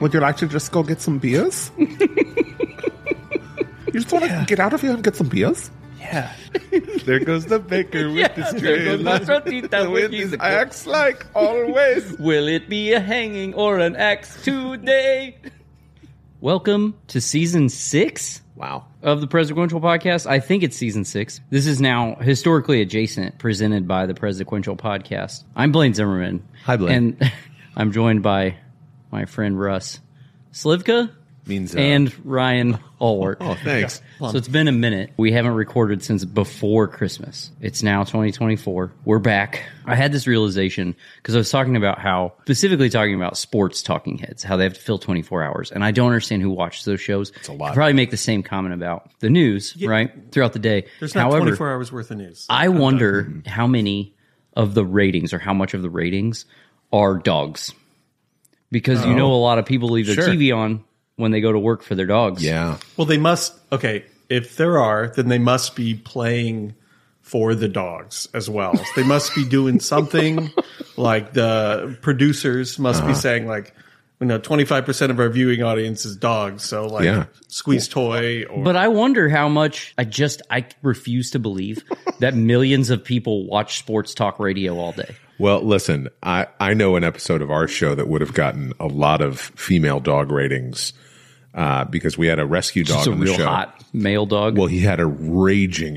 Would you like to just go get some beers? you just want to get out of here and get some beers? Yeah. there goes the baker with Yeah, his there goes my dreadlocks. frutita with with his his axe like always. Will it be a hanging or an axe today? Welcome to season six Wow. of the Presequential Podcast. I think it's season six. This is now historically adjacent, presented by the Presequential Podcast. I'm Blaine Zimmerman. Hi, Blaine. And I'm joined by my friend Russ Slivka Means uh, and Ryan Allwart. Oh, thanks. So it's been a minute. We haven't recorded since before Christmas. It's now 2024. We're back. I had this realization because I was talking about how, specifically talking about sports talking heads, how they have to fill 24 hours. And I don't understand who watches those shows. It's a lot. probably make the same comment about the news, right? Throughout the day. There's not However, 24 hours worth of news. I wonder how many of the ratings or how much of the ratings are dogs. Because you know, a lot of people leave their Sure. TV on when they go to work for their dogs. Yeah. well, they must. Okay, if there are, then they must be playing for the dogs as well. they must be doing something. like the producers must be saying like. You know, twenty five percent of our viewing audience is dogs, so like Yeah. squeeze toy or But I wonder how much I just I refuse to believe that millions of people watch sports talk radio all day. Well, listen, I, I know an episode of our show that would have gotten a lot of female dog ratings uh, because we had a rescue dog It's a on the real show. hot male dog. Well, he had a raging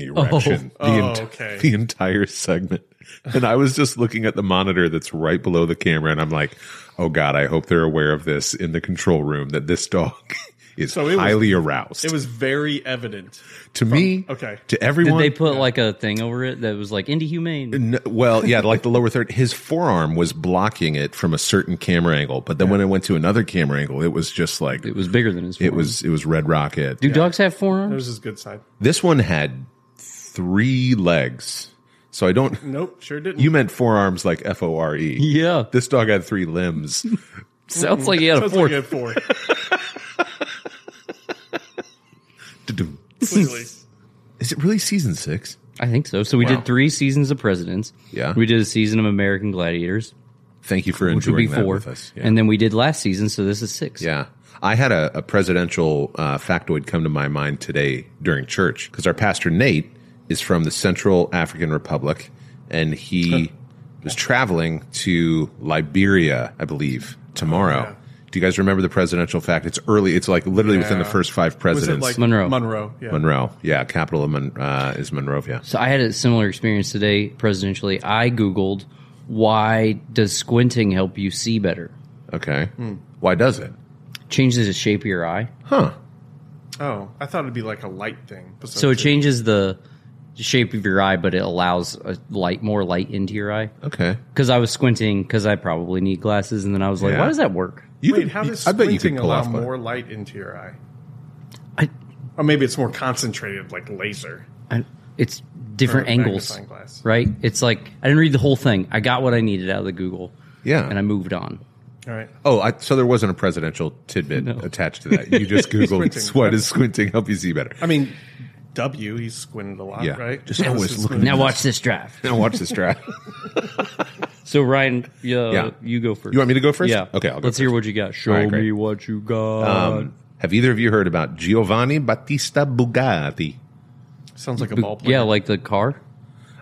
erection the, Oh, ent- okay. the entire segment. And I was just looking at the monitor that's right below the camera, and I'm like, oh God, I hope they're aware of this in the control room that this dog is So it was- highly aroused. it was very evident. to me, okay. to Did everyone. they put like a thing over it that was like inhumane? N- well, yeah, like the lower third, his forearm was blocking it from a certain camera angle. But then when it went to another camera angle, it was just like It was bigger than his. it forearm. was it was Red Rocket. Do dogs have forearms? There's his good side. This one had three legs, so I don't. Nope, sure didn't. You meant forearms like F O R E. Yeah, This dog had three limbs. sounds like he had a Sounds fourth. like you had four. Du-dum. Clearly. Is it really season six? I think so. So we Wow. did three seasons of Presidents. Yeah. we did a season of American Gladiators, Thank you for which would be enjoying that four, with us. Yeah. and then we did last season. So this is six. Yeah. I had a, a presidential uh, factoid come to my mind today during church because our pastor Nate is from the Central African Republic and he was traveling to Liberia, I believe, tomorrow. Oh, Do you guys remember the presidential fact? It's early. It's like literally within the Yeah. first five Was it presidents. like Monroe. Monroe, yeah. Monroe. Yeah. Capital of Mon- uh, is Monrovia. So I had a similar experience today presidentially. I Googled, why does squinting help you see better? Hmm. Okay. Why does it? Changes the shape of your eye. Huh. Oh, I thought it'd be like a light thing. but So it it's- changes the shape of your eye, but it allows a light, more light into your eye. Okay. Because I was squinting because I probably need glasses. And then I was like, Yeah. why does that work? You Wait, could- how does I bet you could squinting pull allow off one. more light into your eye? I, Or maybe it's more concentrated, like laser. I, it's different Or angles, magnifying glass. right? It's like, I didn't read the whole thing. I got what I needed out of the Google. Yeah. And I moved on. All right. Oh, I, so there wasn't a presidential tidbit No. attached to that. You just Googled Squinting. what does squinting help you see better. I mean, W, he squinted a lot, Yeah. right? Just always This is looking squinting. Now watch this drive. Now watch this draft. So Ryan, yeah, Yeah. you go first. You want me to go first? Yeah. Okay, I'll go Let's hear first. what you got. Show All right, great. me what you got. um, have either of you heard about Giovanni Battista Bugatti? Sounds like a ball player. yeah, like the car.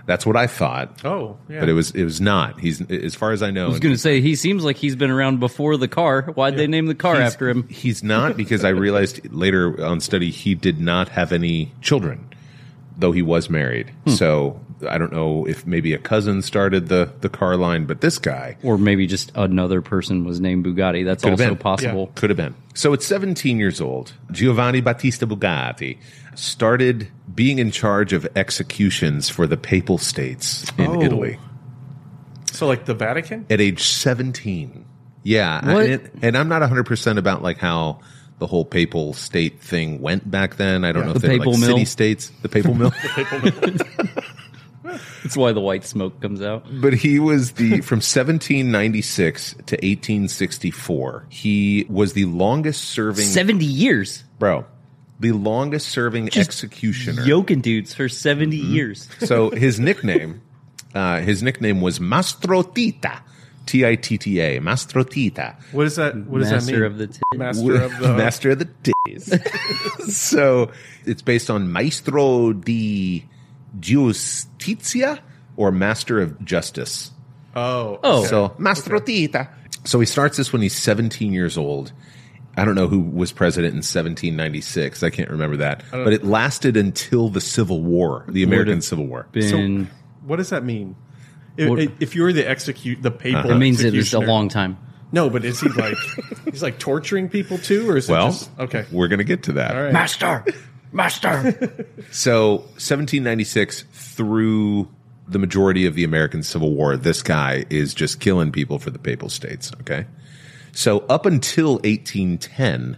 That's what I thought, Oh, yeah. but it was it was not. He's as far as I know. I was going to say he seems like he's been around before the car. Why'd they name the car after him? He's not because I realized later on study he did not have any children, though he was married. So I don't know if maybe a cousin started the the car line, but this guy Or maybe just another person was named Bugatti. That's Could've also been. possible. Could have been. So at 17 years old, Giovanni Battista Bugatti started being in charge of executions for the Papal States in Oh. Italy so like the Vatican? at age 17. Yeah. What? And, and I'm not 100% about like how the whole papal state thing went back then. I don't know The if they were like papal mill. city states, the papal mill. That's why the white smoke comes out. but he was the from 1796 to 1864. He was the longest serving Seventy years bro the longest serving executioner yoking dudes for 70 years. so his nickname uh, his nickname was mastro tita T I T T A, Mastro Tita. What does that? What does that Master mean? of the t- master of the Master of the Days. so it's based on Maestro di Giustizia or Master of Justice. Oh, Oh, So Mastro Tita. So he starts this when he's 17 years old. I don't know who was president in 1796. I can't remember that. But it lasted until the Civil War, the American have Civil War. been. what does that mean? If, What- if you're the execute, the papal, it means it was a executioner- long time. No, but is he like he's like torturing people too, or is Well, it just, okay? We're going to get to that. All right. Master, master. So 1796 through the majority of the American Civil War, this guy is just killing people for the Papal States. Okay. So up until 1810,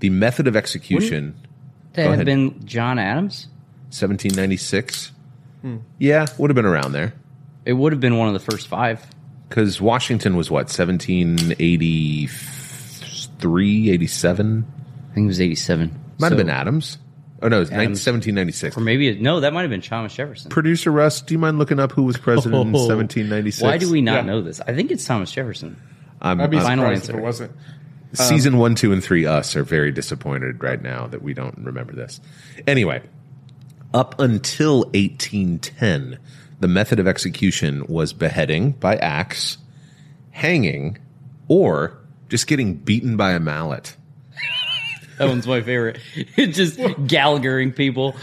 the method of execution, that Go had ahead. been John Adams. 1796, Hmm. yeah, would have been around there. It would have been one of the first five. Because Washington was what, 1783, 87? I think it was eighty-seven. Might So- have been Adams. Oh, no, it was nine- 1796. or maybe it, no. That might have been Thomas Jefferson. Producer Russ, do you mind looking up who was president in Oh. 1796? Why do we not Yeah. know this? I think it's Thomas Jefferson. I'm, I'd be I'm- Final surprised if answer. it wasn't. season one, two, and three, us are very disappointed right now that we don't remember this. Anyway, up until 1810, the method of execution was beheading by axe, hanging, or just getting beaten by a mallet. That one's my favorite. It's just Gallaghering people.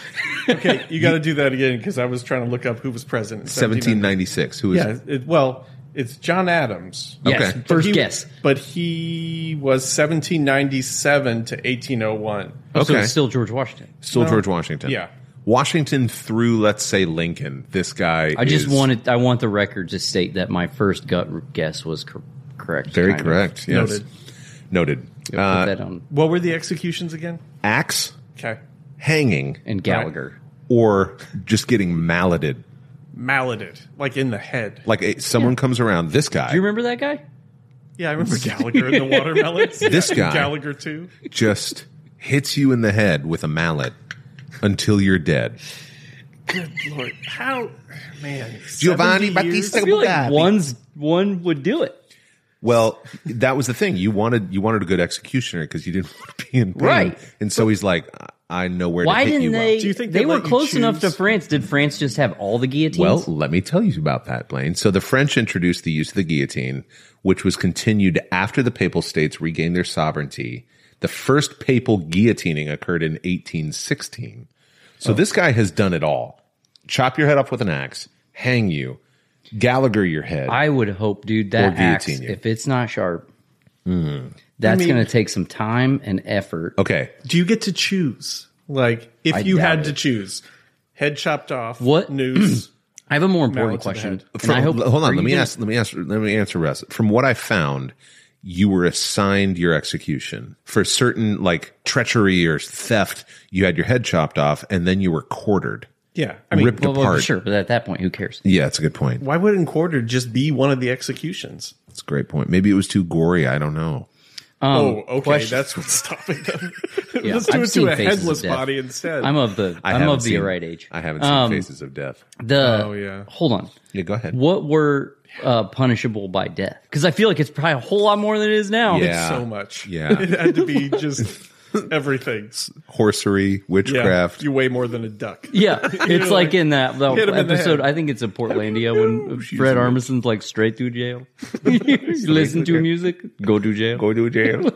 Okay, you got to do that again because I was trying to look up who was president. in 1790. 1796. Who is it? Yeah, it, well, it's John Adams. Yes, Okay. But first he- guess. But he was 1797 to 1801. So Okay. it's still George Washington. Still George Washington. Yeah. Washington through, let's say, Lincoln. This guy. I just is wanted. I want the record to state that my first gut guess was cor- correct. Very kind of. correct. Yes. Noted. Noted. Put Uh, that on What were the executions again? axe, Okay. hanging, and Gallagher. or just getting malleted. Malleted, like in the head. Like eh, someone comes around, this guy Do you remember that guy? Yeah, I remember Gallagher and the watermelons. This Yeah, guy. Gallagher too. just hits you in the head with a mallet until you're dead. Good lord, how man? Giovanni 70 Battista- I years? feel like Bugatti. one's one would do it. Well, that was the thing. You wanted you wanted a good executioner because you didn't want to be in pain. Right. And so he's like, I I know where Why to hit didn't you. up. they? Do you think they, they were let you close enough to choose? France? Did France just have all the guillotines? Well, let me tell you about that, Blaine. So the French introduced the use of the guillotine, which was continued after the papal states regained their sovereignty. The first papal guillotining occurred in 1816. So this guy has done it all. Chop your head off with an axe, hang you, Gallagher your head. I would hope, dude, that axe, guillotine you. Hmm. if it's not sharp, that's mean- going to take some time and effort. okay. Do you get to choose? Like, if you doubt had it. to choose, head chopped off, What? noose? I have a more important Mallets in the question. head. and From- I hope- hold are on, let you me gonna- ask let me ask let me answer Russ. From what I found, you were assigned your execution for certain like treachery or theft. You had your head chopped off and then you were quartered. yeah, I mean, ripped Well, well, apart. sure, but at that point, who cares? Yeah, that's a good point. why wouldn't quarter just be one of the executions? That's a great point. Maybe it was too gory. I don't know. oh, okay, Um, question- that's what's stopping them. Yeah, Let's do I've it seen to a Faces of headless Death. body instead. I'm of the I I am haven't of the seen- right age. I haven't seen Um, Faces of Death. The Oh, yeah. Hold on. Yeah, go ahead. What were uh, punishable by death? Because I feel like it's probably a whole lot more than it is now. Yeah. so much. Yeah. it had to be just everything. Horsery, Yeah, witchcraft. you weigh more than a duck. Yeah, it's like, in that, that hit 'em in the episode. head. Oh, I think it's a Portlandia when Fred Armisen's like straight through jail. you listen to music, go to jail. Go to jail.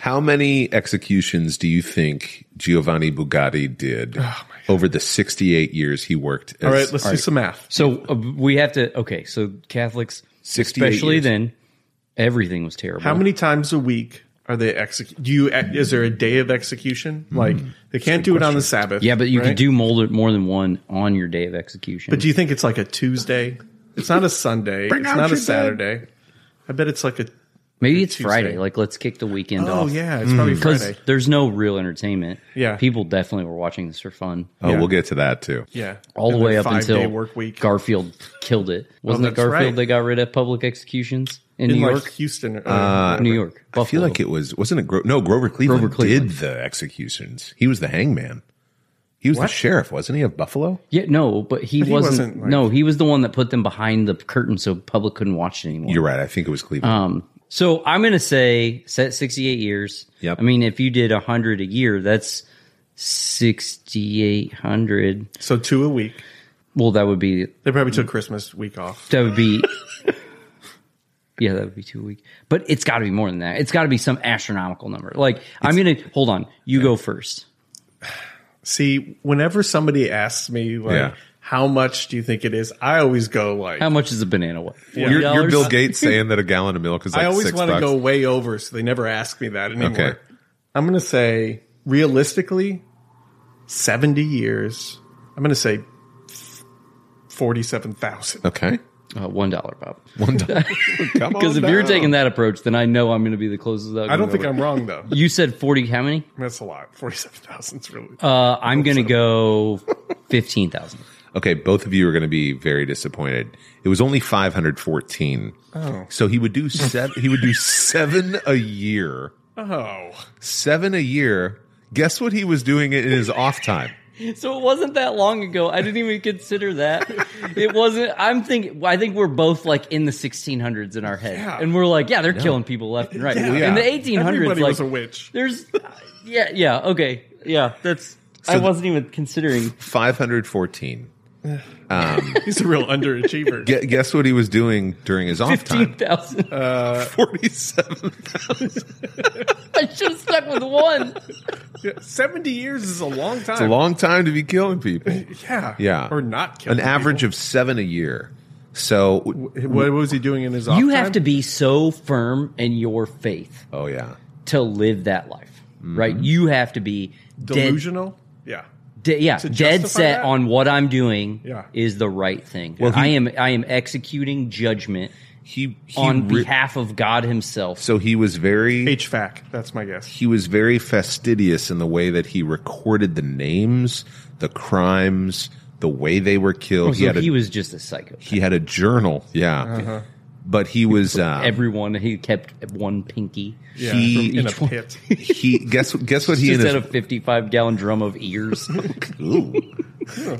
How many executions do you think Giovanni Bugatti did Oh over the 68 years he worked as All right, let's do some math. So uh, we have to. Okay, so Catholics, 68 especially years. then, everything was terrible. How many times a week are they execute? Do you is there a day of execution? Like they can't do it on the Sabbath. Yeah, but you right? could do molded more than one on your day of execution. But do you think it's like a Tuesday? It's not a Sunday. it's out not your a dead. Saturday. I bet it's like a. Maybe it's Tuesday. Friday. Like, let's kick the weekend Oh off. yeah, it's probably Because Friday. there's no real entertainment. Yeah. People definitely were watching this for fun. Oh, Yeah. we'll get to that too. Yeah, All the And way then up five-day until work week Garfield killed it. Wasn't it that's Garfield right. they got rid of public executions in, in New like York? Uh, Houston. uh, Or, New York. I feel like it was wasn't it Gro- no Grover Cleveland, Grover Cleveland. did the executions. He was the hangman. He was the sheriff, wasn't he, of Buffalo? Yeah, no, but he he wasn't. wasn't, like- no, he was the one that put them behind the curtain so public couldn't watch it anymore. You're right. I think it was Cleveland. Um, so I'm going to say set 68 years. Yep. I mean, if you did 100 a year, that's 6,800. So two a week. Well, that would be, They probably took Christmas week off. that would be, yeah, that would be two a week. But it's got to be more than that. It's got to be some astronomical number. Like, I'm going to, hold on, you go first. See, whenever somebody asks me like Yeah. how much do you think it is, I always go like How much is a banana worth? you're, you're $40? Bill Gates saying that a gallon of milk is like I always six want to bucks. go way over, so they never ask me that anymore. Okay. I'm gonna say realistically, seventy years. I'm gonna say forty-seven thousand. okay. Uh, one dollar, Bob. One dollar. Come on. Because if you're down. taking that approach, then I know I'm going to be the closest. I don't think I'm wrong though. You said 40. How many? That's a lot. Forty-seven thousand is really. Uh, I'm going to go 15,000. Okay, both of you are going to be very disappointed. It was only 514. Oh. So he would do seven he would do 7 a year. oh, 7 a year. Guess what he was doing in his off time? So it wasn't that long ago. I didn't even consider that. It wasn't. I'm thinking. I think we're both like in the 1600s in our head, Yeah. and we're like, yeah, they're killing people left and right. yeah. In the 1800s, everybody like, was a witch. there's, yeah, yeah, okay, yeah. That's. I th- wasn't even considering. 514. He's a real underachiever. Gue- guess what he was doing during his off time? 15,000. Uh, 47. I should have stuck with one. Seventy years is a long time. It's a long time to be killing people. yeah, Yeah. or not. killing An average people. of 7 a year. So What was he doing in his off You have time? to be so firm in your faith oh yeah. to live that life, right? You have to be dead Mm-hmm. delusional. Yeah. De- yeah, dead justify set that? on what I'm doing Yeah. is the right thing. Well, he- I am I am executing judgment He, he on re- behalf of God Himself. so he was very HVAC. That's my guess. he was very fastidious in the way that he recorded the names, the crimes, the way they were killed. Oh, so he had a he was Uh-huh. just a psycho. he had a journal, yeah. But he was uh, Everyone he kept one pinky. Yeah, He- from in a Each one. pit. he guess guess what he just and had his, a 55 gallon drum of ears. Ooh.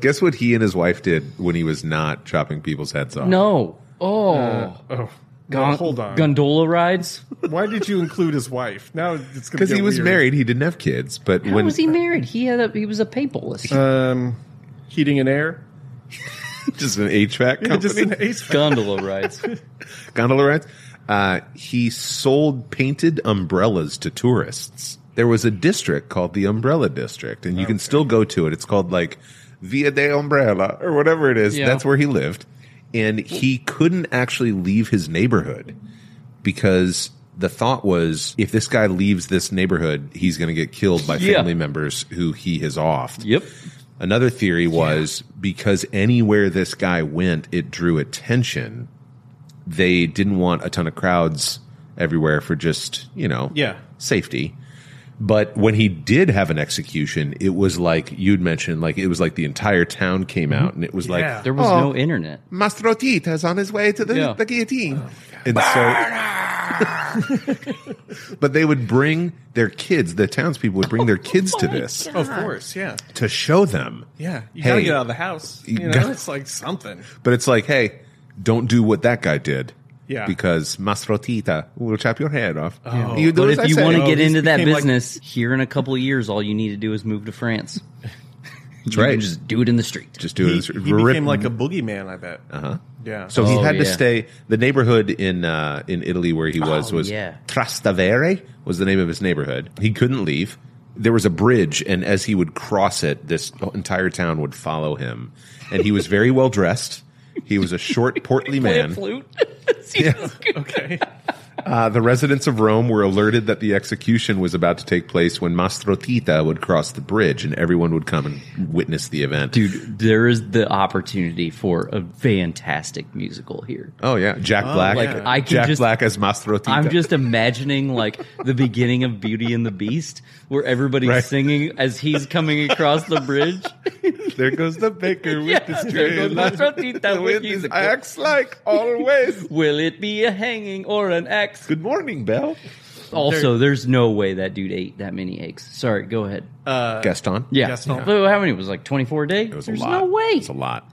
guess what he and his wife did when he was not chopping people's heads off. no, oh, Oh, gon- no, hold on. gondola rides. Why did you include his wife? Now it's because he was married, he didn't have kids. But How when was he married? He had a he was a papalist. Um, heating and air. just an HVAC company, Just an HVAC. gondola rides. gondola rides. Uh, he sold painted umbrellas to tourists. There was a district called the Umbrella District, and you can still go to it. It's called like Via de Umbrella or whatever it is. Yeah. That's where he lived. And he couldn't actually leave his neighborhood because the thought was if this guy leaves this neighborhood, he's going to get killed by Yeah. family members who he has offed. Yep. Another theory was because anywhere this guy went, it drew attention. They didn't want a ton of crowds everywhere for just, you know, Yeah. safety. But when he did have an execution, it was like you'd mentioned, like it was like the entire town came out and it was Mm-hmm. Yeah. like There was Oh. no internet. Mastro Tita's on his way to the, Yeah. the guillotine. Oh, and so But they would bring their kids, the townspeople would bring their kids Oh to this Of course, yeah, to show them. yeah. You gotta Hey. get out of the house. You You know, got- it's like something. But it's like, hey, don't do what that guy did. Yeah. Because Mastrotita will chop your head off. You do Oh. But as I if you say. want to get Oh, these into that became like- business, here in a couple of years, all you need to do is move to France. That's right. You Just, just do it in the street. do He, it. he Rip- Uh-huh. became like a boogeyman. I bet. Uh huh. Yeah. so he Oh, had to yeah. stay. The neighborhood in uh, in Italy where he was Oh, was yeah. Trastevere was the name of his neighborhood. He couldn't leave. There was a bridge, and as he would cross it, this entire town would follow him. And he was very well dressed. He was a short, portly man. flute. okay. Uh, the residents of Rome were alerted that the execution was about to take place when Mastro Tita would cross the bridge, and everyone would come and witness the event. Dude, there is the opportunity for a fantastic musical here. Oh yeah, Jack Black, like, I can Jack just- Black as Mastro Tita. I'm just imagining like the beginning of Beauty and the Beast, where everybody's Right. singing as he's coming across the bridge. there goes the baker with Yeah, his there goes trailer, Mastro Tita with with his- his axe like always. Will it be a hanging or an axe? Good morning, Belle. Also, there's no way that dude ate that many eggs. Sorry, go ahead. Gaston? Yeah. Gaston. Yeah. But How many? It was like 24 a day? Uh, It was there's a lot. no way. It's a lot.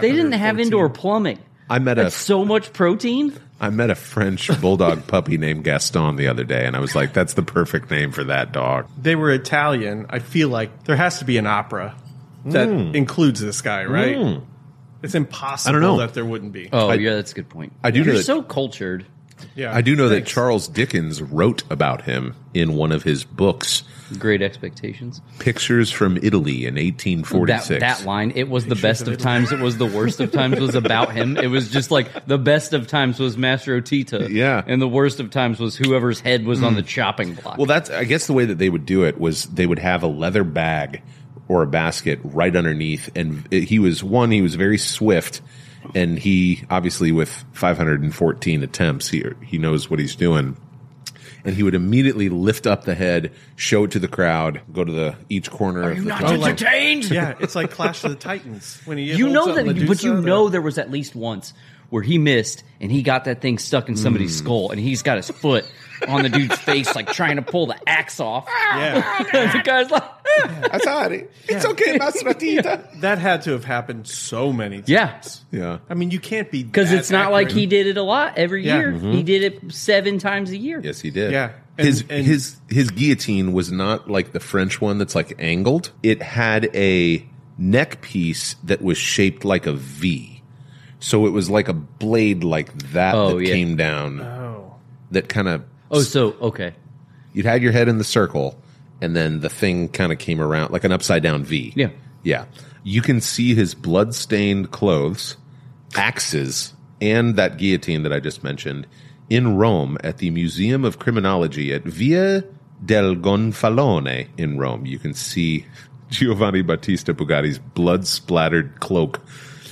They didn't have 514. indoor plumbing. I met a That's so much protein. I met a French bulldog puppy named Gaston the other day, and I was like, "That's the perfect name for that dog." They were Italian. I feel like there has to be an opera that includes this guy, right? It's impossible Hmm. I don't know. that there wouldn't be. Oh, I- yeah, that's a good point. I do know You're that- so cultured. yeah. I do know Thanks. that Charles Dickens wrote about him in one of his books, Great expectations. "Pictures from Italy" in 1846. That, that line, it was the best of times, it was the worst of times, was about him. It was just like the best of times was Master Otita. Yeah. Mm. And the worst of times was whoever's head was on the chopping block. Well, that's I guess the way that they would do it was they would have a leather bag or a basket right underneath, and it- he was one. He was very swift, and he obviously with 514 attempts, he he knows what he's doing. And he would immediately lift up the head, show it to the crowd, go to the each corner of the Oh, dog. like- entertained? yeah, it's like Clash of the Titans when he you holds know up that, Medusa, but you the- know there was at least once where he missed and he got that thing stuck in somebody's Mm. skull and he's got his foot on the dude's face, like trying to pull the axe off. yeah, the guy's like, "Ah." I'm sorry. It's okay, Masratita. that had to have happened so many times. yeah, yeah. I mean, you can't be because that it's not like he accurate. did it a lot every Yeah. year. He did it seven times a year. Yes, he did. Yeah. his And- and- his his guillotine was not like the French one that's like angled. It had a neck piece that was shaped like a V. So it was like a blade like that Oh, that yeah. came down Oh, that kind of Oh, so okay, you'd had your head in the circle and then the thing kind of came around like an upside down V. Yeah. Yeah. You can see his blood-stained clothes, axes, and that guillotine that I just mentioned in Rome at the Museum of Criminology at Via del Gonfalone in Rome. You can see Giovanni Battista Bugatti's blood-splattered cloak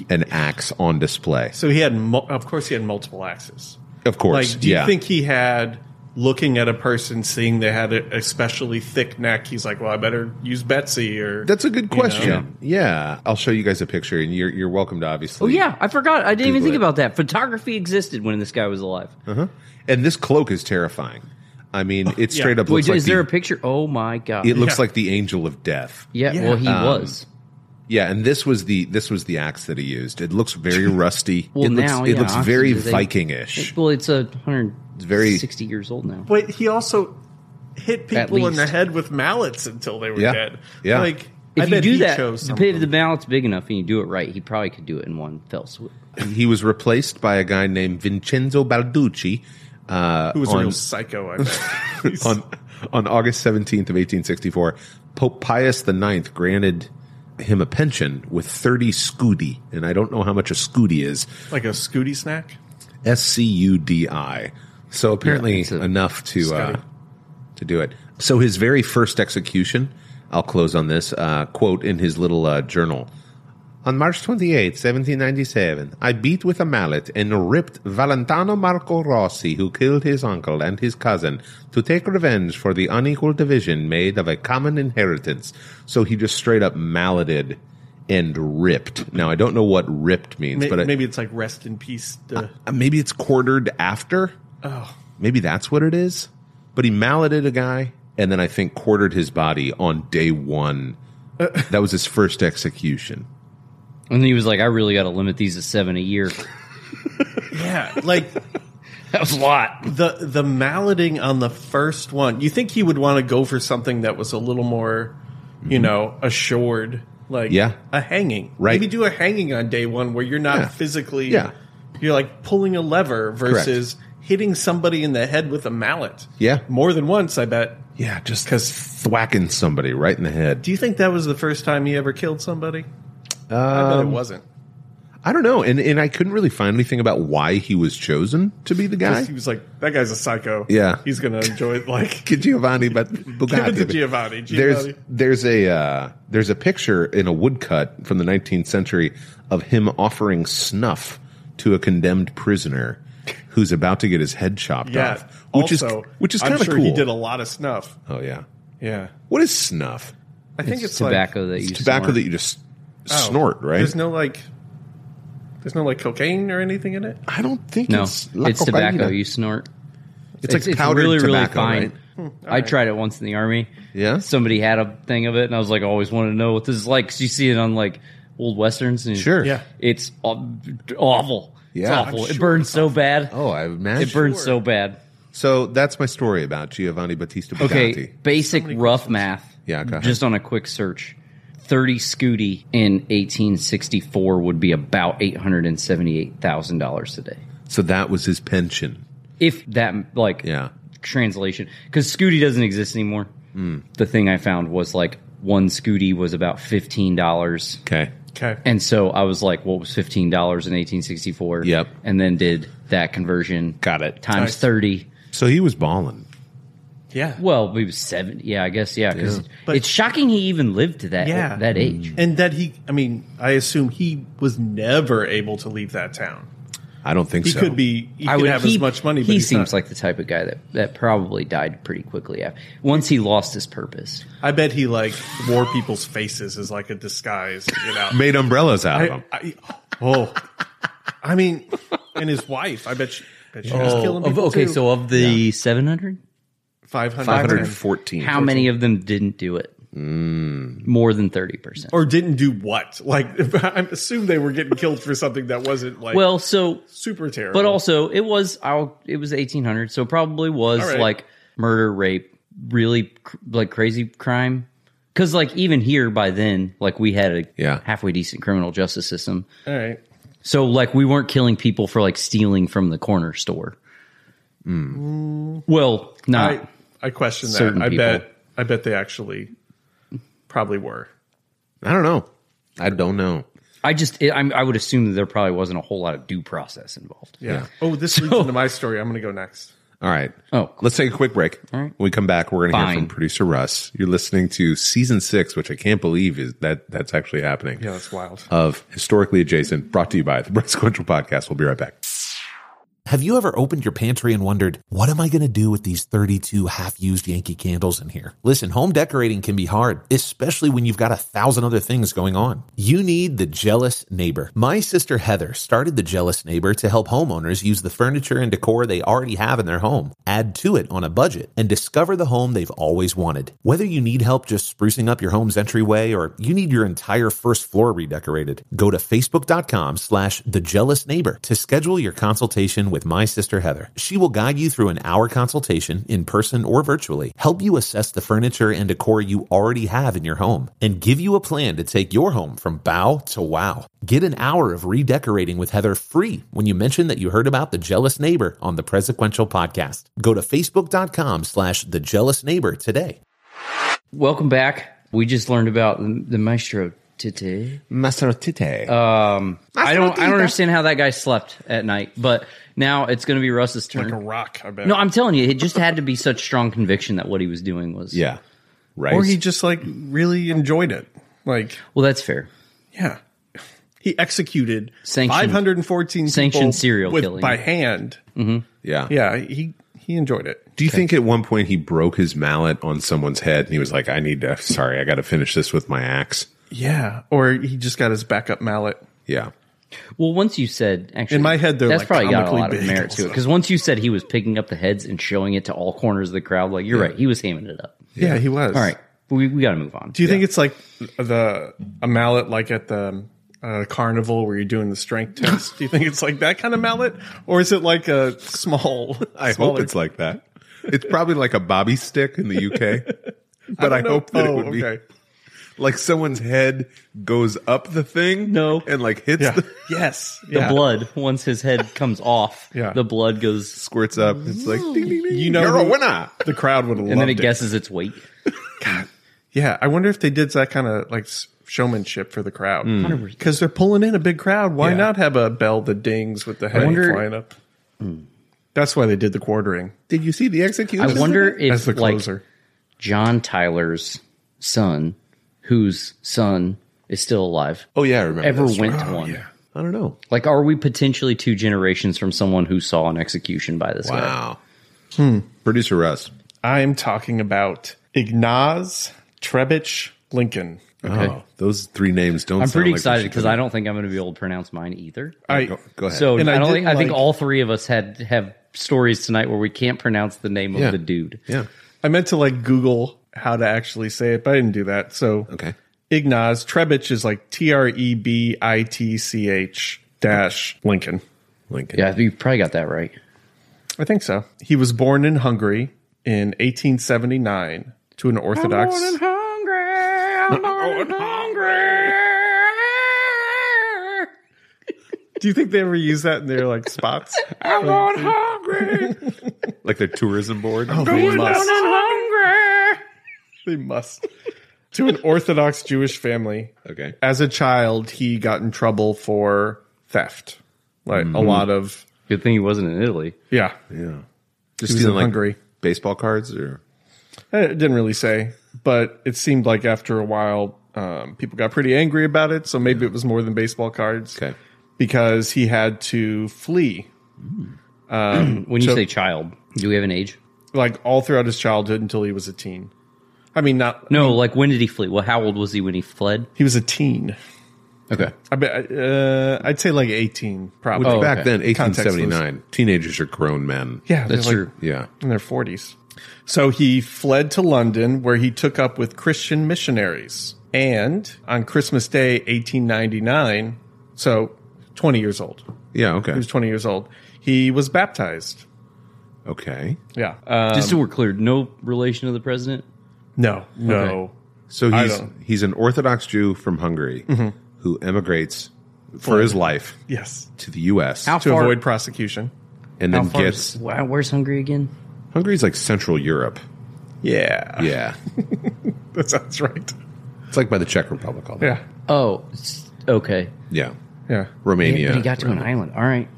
and axe on display. so he had, mul- of course, he had multiple axes. Of course. Like, do you yeah. think he had looking at a person, seeing they had a especially thick neck? He's like, well, I better use Betsy or that's a good you know? question. Yeah, I'll show you guys a picture, and you're you're welcome to obviously. oh yeah, I forgot. I didn't even Google think it. about that. Photography existed when this guy was alive. And this cloak is terrifying. I mean, it straight up Wait, looks is like there a the, picture? Oh my god! it looks Yeah. like the angel of death. yeah, Yeah. well, he Um, was. Yeah, and this was the this was the axe that he used. It looks very rusty. Well, it looks now, it yeah, looks very oxygen, they- Vikingish. Well, it's a hundred very- sixty years old now. But he also hit people in the least. head with mallets until they were Yeah. dead. Yeah. Like If I you bet do he that, chose the, something. the ballot's big enough and you do it right, he probably could do it in one fell swoop. he was replaced by a guy named Vincenzo Balducci. Uh, who was a on, real psycho. I bet. He's- on on August 17th of 1864, Pope Pius IX granted him a pension with 30 scudi, and I don't know how much a scudi is. like a Scooty snack. S C U D I. So apparently it's a- enough to uh, Scotty. to do it. So his very first execution. I'll close on this uh, quote in his little uh, journal. On March 28, 1797, I beat with a mallet and ripped Valentano Marco Rossi, who killed his uncle and his cousin, to take revenge for the unequal division made of a common inheritance. So he just straight up malleted and ripped. Now, I don't know what ripped means, May- but I- maybe it's like rest in peace. To, uh, maybe it's quartered after. Oh, maybe that's what it is. But he malleted a guy, and then I think quartered his body on day one. that was his first execution. And he was like, I really got to limit these to seven a year. yeah, like That was a lot. the the malleting on the first one. You think he would want to go for something that was a little more, you know, assured. Like Mm-hmm. Yeah. a hanging. Right. Maybe do a hanging on day one where you're not Yeah. physically. Yeah. You're like pulling a lever versus hitting somebody in the head with a mallet. Yeah. More than once, I bet. Yeah, just because thwacking somebody right in the head. Do you think that was the first time he ever killed somebody? I Um, bet it wasn't. I don't know, and and I couldn't really find anything about why he was chosen to be the guy. Because he was like, that guy's a psycho. Yeah. He's going to enjoy it. Like, Giovanni, but give it Bugatti. to Giovanni. there's Giovanni. there's a uh, there's a picture in a woodcut from the 19th century of him offering snuff to a condemned prisoner who's about to get his head chopped Yeah. off, which Also, is which is I'm kind of sure cool. He did a lot of snuff. oh yeah, Yeah. what is snuff? I think it's, like- tobacco that you Tobacco snort. that you just Oh, snort, right? There's no like, there's no like cocaine or anything in it. I don't think no, it's la it's tobacco cocaína. you snort. It's like powdered tobacco, Hmm, right? I tried it once in the army. Yeah? somebody had a thing of it, and I was like, I always wanted to know what this is like. 'cause you see it on like old westerns, and Sure. Yeah. it's aw- awful. it's Yeah. awful. I'm It burns so bad. Oh, I imagine. it burns so bad. So that's my story about Giovanni Battista Okay, Bugatti. basic rough math. Yeah, go ahead. just on a quick search. 30 Scooty in 1864 would be about $878,000 today. So that was his pension. If that, like, Yeah. translation, because Scooty doesn't exist anymore. The thing I found was like one Scooty was about $15. Okay. Okay. And so I was like, what was $15 in 1864? Yep. And then did that conversion. Got it. Times Nice. 30. So he was balling. yeah. Well, he was 70. Yeah, I guess. Yeah. Because Yeah. But- it's shocking he even lived to that, Yeah. that age. and that he, I mean, I assume he was never able to leave that town. I don't think He so. could be. He could have as much money. But he he's seems not. like the type of guy that, that probably died pretty quickly after, once he lost his purpose. I bet he like wore people's faces as like a disguise. You know. made umbrellas out of I, him. I, oh, I mean, and his wife. I bet she. Bet she was killing people okay, too. so of the 700, five hundred 514. how many of them didn't do it? More than 30%. or didn't do what? Like, I assume they were getting killed for something that wasn't like well, so super terrible. But also, it was I'll, it was eighteen hundred, so probably was All right. like murder, rape, really cr- like crazy crime. Because like even here by then, like we had a Yeah. halfway decent criminal justice system, all right, so like we weren't killing people for like stealing from the corner store. Well, not Mm. I I question that. Certain I people. bet I bet they actually probably were. I don't know. I don't know. I just it, I'm, I would assume that there probably wasn't a whole lot of due process involved. Yeah. Oh, this leads into my story. I'm going to go next. All right. Oh, cool. Let's take a quick break. All right. When we come back, we're going to hear Fine. from producer Russ. You're listening to season six, which I can't believe is that that's actually happening. Yeah, that's wild. Of Historically Adjacent, brought to you by the Breast Sequential Podcast. We'll be right back. Have you ever opened your pantry and wondered, what am I going to do with these 32 half used Yankee candles in here? Listen, home decorating can be hard, especially when you've got a thousand other things going on. You need the jealous neighbor. My sister Heather started the jealous neighbor to help homeowners use the furniture and decor they already have in their home, add to it on a budget, and discover the home they've always wanted. Whether you need help just sprucing up your home's entryway or you need your entire first floor redecorated, go to facebook.com slash the jealous neighbor to schedule your consultation with my sister Heather. She will guide you through an hour consultation in person or virtually, help you assess the furniture and decor you already have in your home, and give you a plan to take your home from bow to wow. Get an hour of redecorating with Heather free when you mention that you heard about the jealous neighbor on the Presequential podcast. Go to facebook.com slash the jealous neighbor today. Welcome back. We just learned about the, the maestro today. Master Tite. I don't. I don't understand how that guy slept at night. But now it's going to be Russ's turn. Like a rock. I bet. no, I'm telling you, it just had to be such strong conviction that what he was doing was. yeah. Right. or he just like really enjoyed it. Like, Well, that's fair. yeah, he executed Sanctioned- 514 sanctioned people serial with, killing. by hand. yeah. Yeah, he he enjoyed it. Do you think at one point he broke his mallet on someone's head and he was like, I need to, sorry, I got to finish this with my axe? Yeah, or he just got his backup mallet. Yeah. Well, once you said, actually, In my head, they're, that's like, probably got a comically lot of big merit to it. also. Because once you said he was picking up the heads and showing it to all corners of the crowd, like you're right, he was hamming it up. Yeah, he was. All right, we we got to move on. Do you think it's like the a mallet like at the uh, carnival where you're doing the strength test? Do you think it's like that kind of mallet, or is it like a small? I hope it's like that. It's probably like a bobby stick in the UK, but I, Oh, hope Oh, that it would be like someone's head goes up the thing. No. And like hits Yeah. the yes. the Yeah. blood once his head comes off? Yeah. the blood goes, squirts up. It's like, ding, ding, ding. You know you're a who- winner. The crowd would have loved and then it it. guesses its weight. Yeah, I wonder if they did that kind of like s- showmanship for the crowd because they're pulling in a big crowd. Why Hmm. Yeah. not have a bell that dings with the head wonder- flying up? Hmm. That's why they did the quartering Did you see the execution? I wonder if as the like closer. John Tyler's son, whose son is still alive, Oh yeah, I remember. ever this. went to one. I don't know. Like, are we potentially two generations from someone who saw an execution by this guy? Wow. Hmm. Producer Russ. I'm talking about Ignaz Trebich Lincoln. Oh, those three names don't. I'm sound pretty like excited because I don't. don't think I'm going to be able to pronounce mine either. I Go, go ahead. So And I, I don't think didn't I think like- all three of us had have stories tonight where we can't pronounce the name Yeah. of the dude. Yeah. I meant to like Google how to actually say it, but I didn't do that. So Okay. Ignaz Trebich is like T R E B I T C H dash Lincoln. Lincoln. Yeah, you probably got that right. I think so. He was born in Hungary in 1879 to an Orthodox. Do you think they ever use that in their like spots? I'm going hungry. Like the tourism board. they must. hungry. They must. To an Orthodox Jewish family. Okay. As a child, he got in trouble for theft. Like a lot of Good thing he wasn't in Italy. yeah. Yeah. Just He was in stealing like Hungary. baseball cards or Eh, It didn't really say, but it seemed like after a while, um, people got pretty angry about it. So maybe it was more than baseball cards. Okay. Because he had to flee. When you So- say child, do we have an age? Like all throughout his childhood until he was a teen. I mean, not No, like when did he flee? Well, how old was he when he fled? he was a teen. Okay. I bet uh, I'd say like eighteen, probably. Oh, Back okay. then, 1879, teenagers are grown men. yeah, they're That's like true. Yeah. in their forties. So he fled to London, where he took up with Christian missionaries. And on Christmas Day, eighteen ninety nine, so twenty years old. Yeah. Okay. He was 20 years old. He was baptized. Okay. Yeah. Uh, Just so Um, we're clear, no relation to the president. no, no. Okay. So I he's don't- he's an Orthodox Jew from Hungary who emigrates for his life Yes. to the U.S. How To far? avoid prosecution. and how then far gets is- wow, where's Hungary again? Hungary's like Central Europe. Yeah. Yeah, That sounds right. it's like by the Czech Republic. All that. Yeah. Oh, s- okay. Yeah, Yeah. Romania. But he got to an island. All right.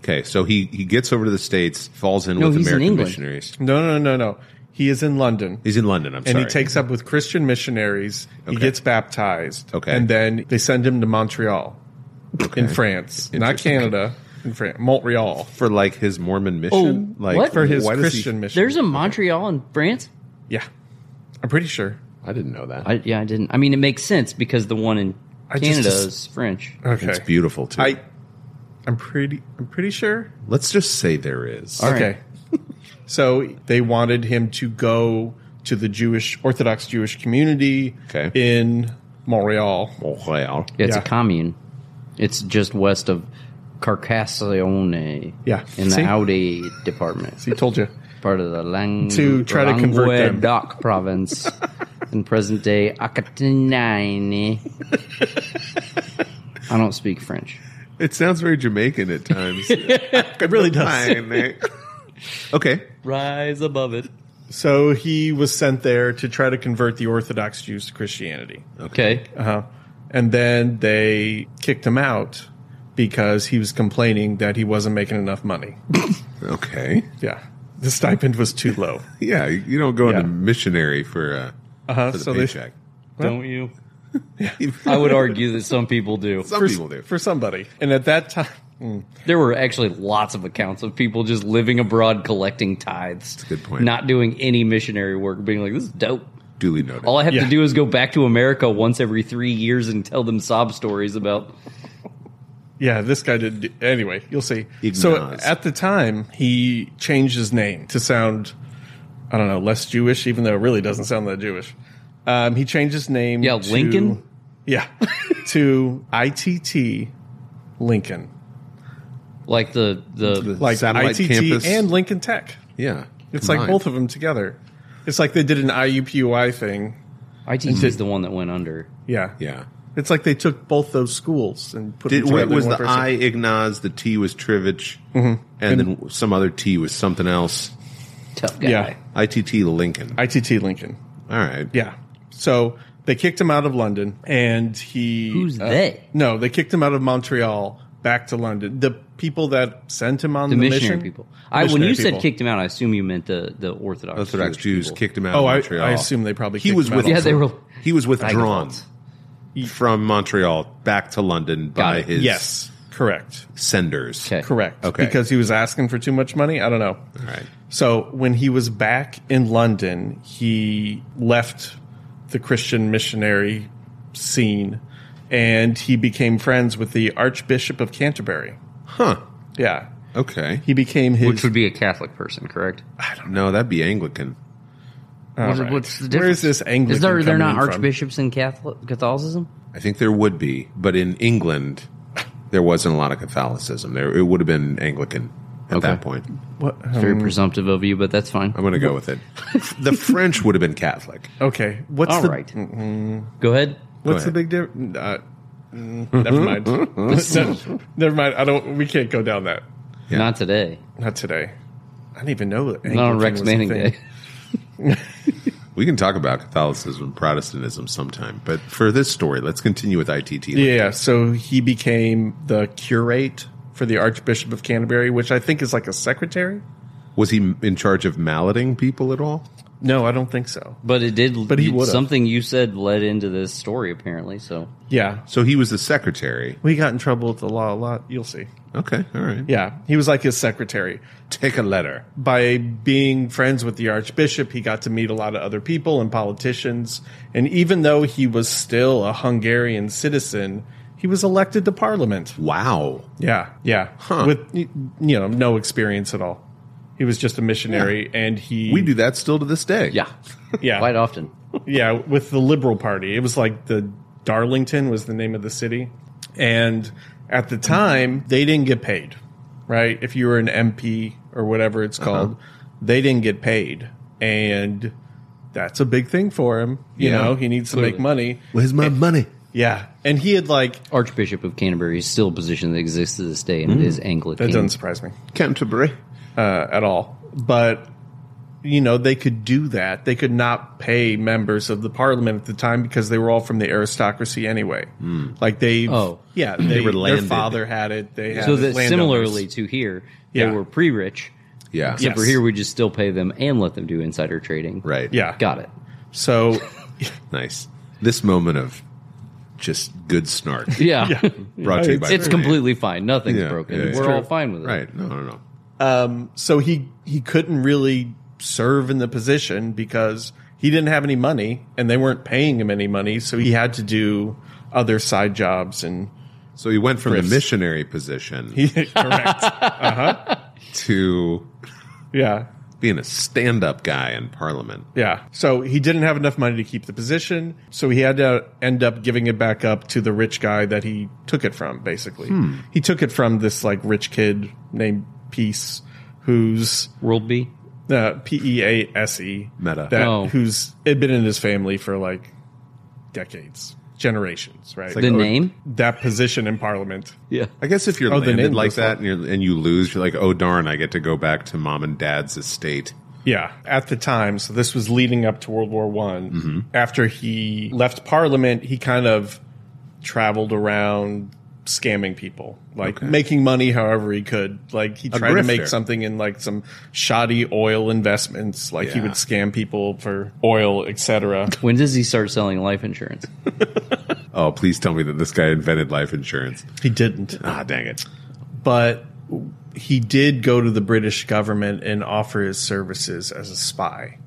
okay, so he he gets over to the states, falls in No, with he's in American England. missionaries. No, no, no, no. He is in London. He's in London. I'm and sorry. he takes up with Christian missionaries. He Okay. gets baptized. Okay. And then they send him to Montreal in France. Not Interesting. Canada. In France. Montreal. for like his Mormon mission. Oh, like what? For his why does he- Christian mission. There's a Montreal in France. yeah. I'm pretty sure. I didn't know that. I, yeah, I didn't. I mean, it makes sense because the one in I just- Canada just- is French. Okay. It's beautiful too. I I'm pretty I'm pretty sure Let's just say there is. All right. Okay. so they wanted him to go to the Jewish Orthodox Jewish community Okay. in Montreal. Montreal. It's Yeah. a commune. It's just west of Carcassonne. Yeah. in the See? Audi department, He told you. part of the Lang- To try to convert them. Languedoc province in present day Aquitaine. I don't speak French. It sounds very Jamaican at times. eh? It really okay. Rise above it. So he was sent there to try to convert the Orthodox Jews to Christianity. Okay. Uh-huh. And then they kicked him out because he was complaining that he wasn't making enough money. Okay. yeah. The stipend was too low. Yeah, you you don't go Yeah. into missionary for uh, Uh-huh. for the So they- paycheck. Don't you? I would argue that some people do. Some for, people do. for somebody. And at that time, There were actually lots of accounts of people just living abroad collecting tithes. a good point. Not doing any missionary work, being like, this is dope. Duly noted. All I have Yeah. to do is go back to America once every three years and tell them sob stories about. Yeah, this guy did. not Anyway, you'll see. So Ignaz. at the time, he changed his name to sound, I don't know, less Jewish, even though it really doesn't sound that Jewish. Um, he changed his name. Yeah, to- Lincoln? Yeah, to ITT Lincoln, Like the the like Satellite ITT campus. and Lincoln Tech. yeah, It's like combined. both of them together. It's like they did an IUPUI thing. ITT E is the one that went under. Yeah, Yeah. It's like they took both those schools and put Did, them wait, together. was in the one person. I Ignaz, the T was Trivich, and then some other T was something else. Tough guy. Yeah, ITT Lincoln. ITT Lincoln. All right. Yeah. So they kicked him out of London, and he uh, Who's they? No, they kicked him out of Montreal back to London. The people that sent him on The the, missionary mission, people. I when Missionary you people. said kicked him out, I assume you meant the the Orthodox, Orthodox Jewish Jews people. kicked him out Oh, of I, Montreal. I assume they probably he kicked was him out with. of Yeah, they were- He was withdrawn Ragamuffins. from Montreal back to London by it. his Yes, correct, senders. Okay. correct. Okay. because he was asking for too much money. I don't know. All right. So when he was back in London, he left the Christian missionary scene, and he became friends with the Archbishop of Canterbury. Huh. Yeah. Okay. He became his. which would be a Catholic person, correct? I don't know. That'd be Anglican. What's, right. what's the Where difference? is this Anglican Is there they're not coming from? archbishops in Catholic Catholicism? I think there would be, but in England, there wasn't a lot of Catholicism. There, it would have been Anglican at that point. what, It's very presumptive of you, but that's fine. um, I'm going to go with it. the French would have been Catholic. okay, what's All the right, mm-hmm. go ahead. what's the ahead. big difference? Uh, mm, never mind. never, never mind. I don't. We can't go down that. Not today. Not today. I didn't even know that. Not on Anglican Rex was a Manning thing. Day. We can talk about Catholicism, Protestantism sometime, but for this story, let's continue with ITT. Yeah, so he became the curate for the Archbishop of Canterbury, which I think is like a secretary. Was he in charge of malleting people at all? No, I don't think so. But it did. But he would've. something you said led into this story apparently. So Yeah, So he was the secretary. we got in trouble with the law a lot. You'll see. Okay, all right. Yeah, he was like his secretary. Take a letter. By being friends with the Archbishop, he got to meet a lot of other people and politicians. And even though he was still a Hungarian citizen, he was elected to Parliament. Wow. Yeah, yeah. With y- you know no experience at all. He was just a missionary, and he We do that still to this day. yeah, yeah quite often. yeah, with the Liberal Party. It was like the Darlington was the name of the city. And at the time, they didn't get paid, right? If you were an MP or whatever it's called, they didn't get paid. And that's a big thing for him. You Yeah, know, he needs to make money. Where's my money? Yeah. And he had like, Archbishop of Canterbury is still a position that exists to this day, and it is Anglican. Mm. that doesn't surprise me. Canterbury. uh, at all. But you know, they could do that. They could not pay members of the parliament at the time because they were all from the aristocracy anyway. Like they, Oh. yeah, they, Hmm. were their landed. father had it. They had So it, that landowners. Similarly to here, they Yeah. were pre-rich. Yeah. Yeah. Except for Yes. here, we just still pay them and let them do insider trading. Right. yeah, Got it. So Nice. This moment of just good snark Yeah. brought to you by it's Ferdinand. completely fine. Nothing's Yeah, broken. yeah, it's We're true. all fine with it. Right. No, no, no. so he he couldn't really serve in the position because he didn't have any money and they weren't paying him any money. So he had to do other side jobs and So he went from Riffs. the missionary position correct, to yeah. being a stand up guy in parliament. Yeah. So he didn't have enough money to keep the position. So he had to end up giving it back up to the rich guy that he took it from, basically. He took it from this like rich kid named Peace, who's World B. uh, P E A S E. Meta. That, Oh. Who's had been in his family for like decades, generations, right? oh, The name? That position in parliament. Yeah. I guess if you're Oh, the landed name like goes that and, you're, and you lose, you're like, oh, darn, I get to go back to mom and dad's estate. Yeah, at the time, so this was leading up to World War One. After he left Parliament, he kind of traveled around scamming people, like making money however he could. Like he tried to make grifter. something in like some shoddy oil investments. Like he Yeah. would scam people for oil, etc. When does he start selling life insurance? Oh, please tell me that this guy invented life insurance. he didn't. Ah, dang it. but he did go to the British government and offer his services as a spy.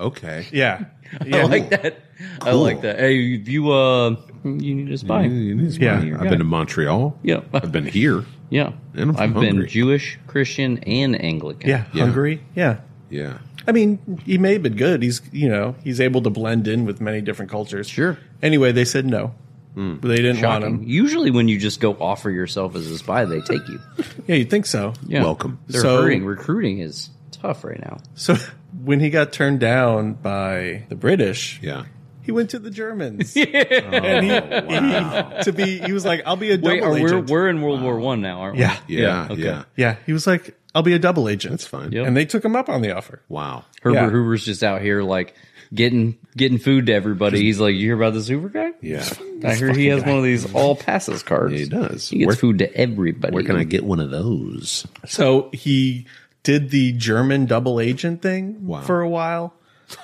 Okay. Yeah. I Yeah. like that. I like that. Hey, if you uh, you need a spy. Yeah. yeah. I've been to Montreal. Yeah. uh, I've been here. Yeah. And I'm I've been hungry. Jewish, Christian, and Anglican. yeah. Yeah. Hungary. Yeah. Yeah. I mean, he may have been good. He's you know he's able to blend in with many different cultures. Sure. Anyway, they said no. Hmm. They didn't want Shocking. him. Usually, when you just go offer yourself as a spy, they take you. Yeah, you think so? Yeah. Welcome. They're So- hurting. Recruiting is tough right now. So when he got turned down by the British, Yeah. he went to the Germans. And he, Oh, he- to be, he was like, "I'll be a double Wait, are we're, agent." we're in World War One now, aren't we? yeah, Yeah. Yeah. okay. yeah. He was like, "I'll be a double agent." That's fine. Yep. And they took him up on the offer. Wow. Herbert Yeah. Hoover's just out here like getting getting food to everybody. He's like, you hear about this Hoover guy? Yeah. I hear he has one of these all passes cards. He does. He gets Where- food to everybody. Where can I get one of those? So he did the German double agent thing Wow. for a while.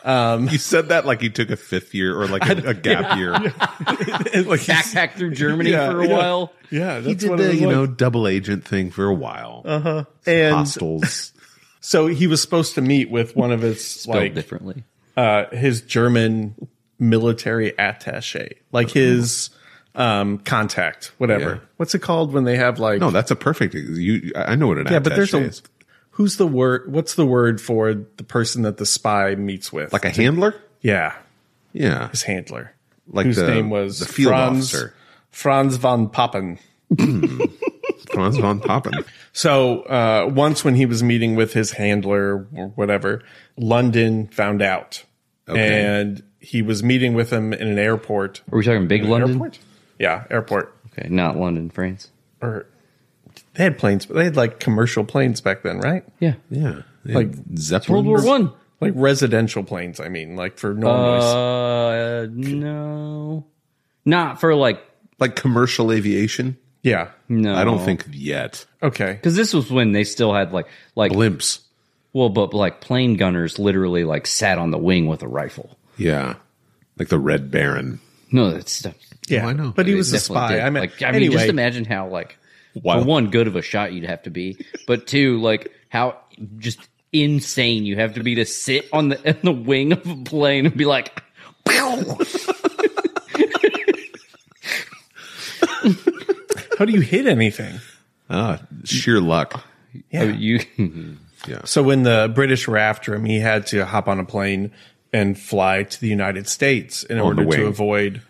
You said that like you took a fifth year or like a, a gap year. Like he's- backpack through Germany Yeah, for a yeah. while? yeah, that's He did what it the was you like. know double agent thing for a while. Uh-huh. And- Hostels. So he was supposed to meet with one of his Spelled like differently. uh, his German military attaché, like his um, contact, whatever. Yeah. What's it called when they have like No, Oh, that's a perfect. You, I know what an yeah, but there's a is. who's the word? What's the word for the person that the spy meets with? like a handler. yeah, Yeah, his handler, like whose the, name was the field Franz officer Franz von Papen. Franz von Papen. So uh, once when he was meeting with his handler or whatever, London found out, Okay. and he was meeting with him in an airport. Are we talking big London? Airport? Yeah, airport. Okay, not London, France. Or they had planes, but they had like commercial planes back then, right? Yeah, Yeah, Like Zeppelin. World War One. like residential planes. I mean, like for no noise. Uh, no, not for like like commercial aviation. Yeah. no. I don't think yet. Okay. because this was when they still had like like Blimps. well, but like plane gunners literally like sat on the wing with a rifle. Yeah, like the Red Baron. No, that's stuff. Yeah, I know. But he Oh, They was a definitely spy. did. I mean, like, I mean, anyway, just imagine how like Wow. for one good of a shot you'd have to be, but two like how just insane you have to be to sit on the on the wing of a plane and be like, how do you hit anything? Ah, sheer luck. Yeah. "Oh, you So when the British were after him, he had to hop on a plane and fly to the United States in On the order to wing. avoid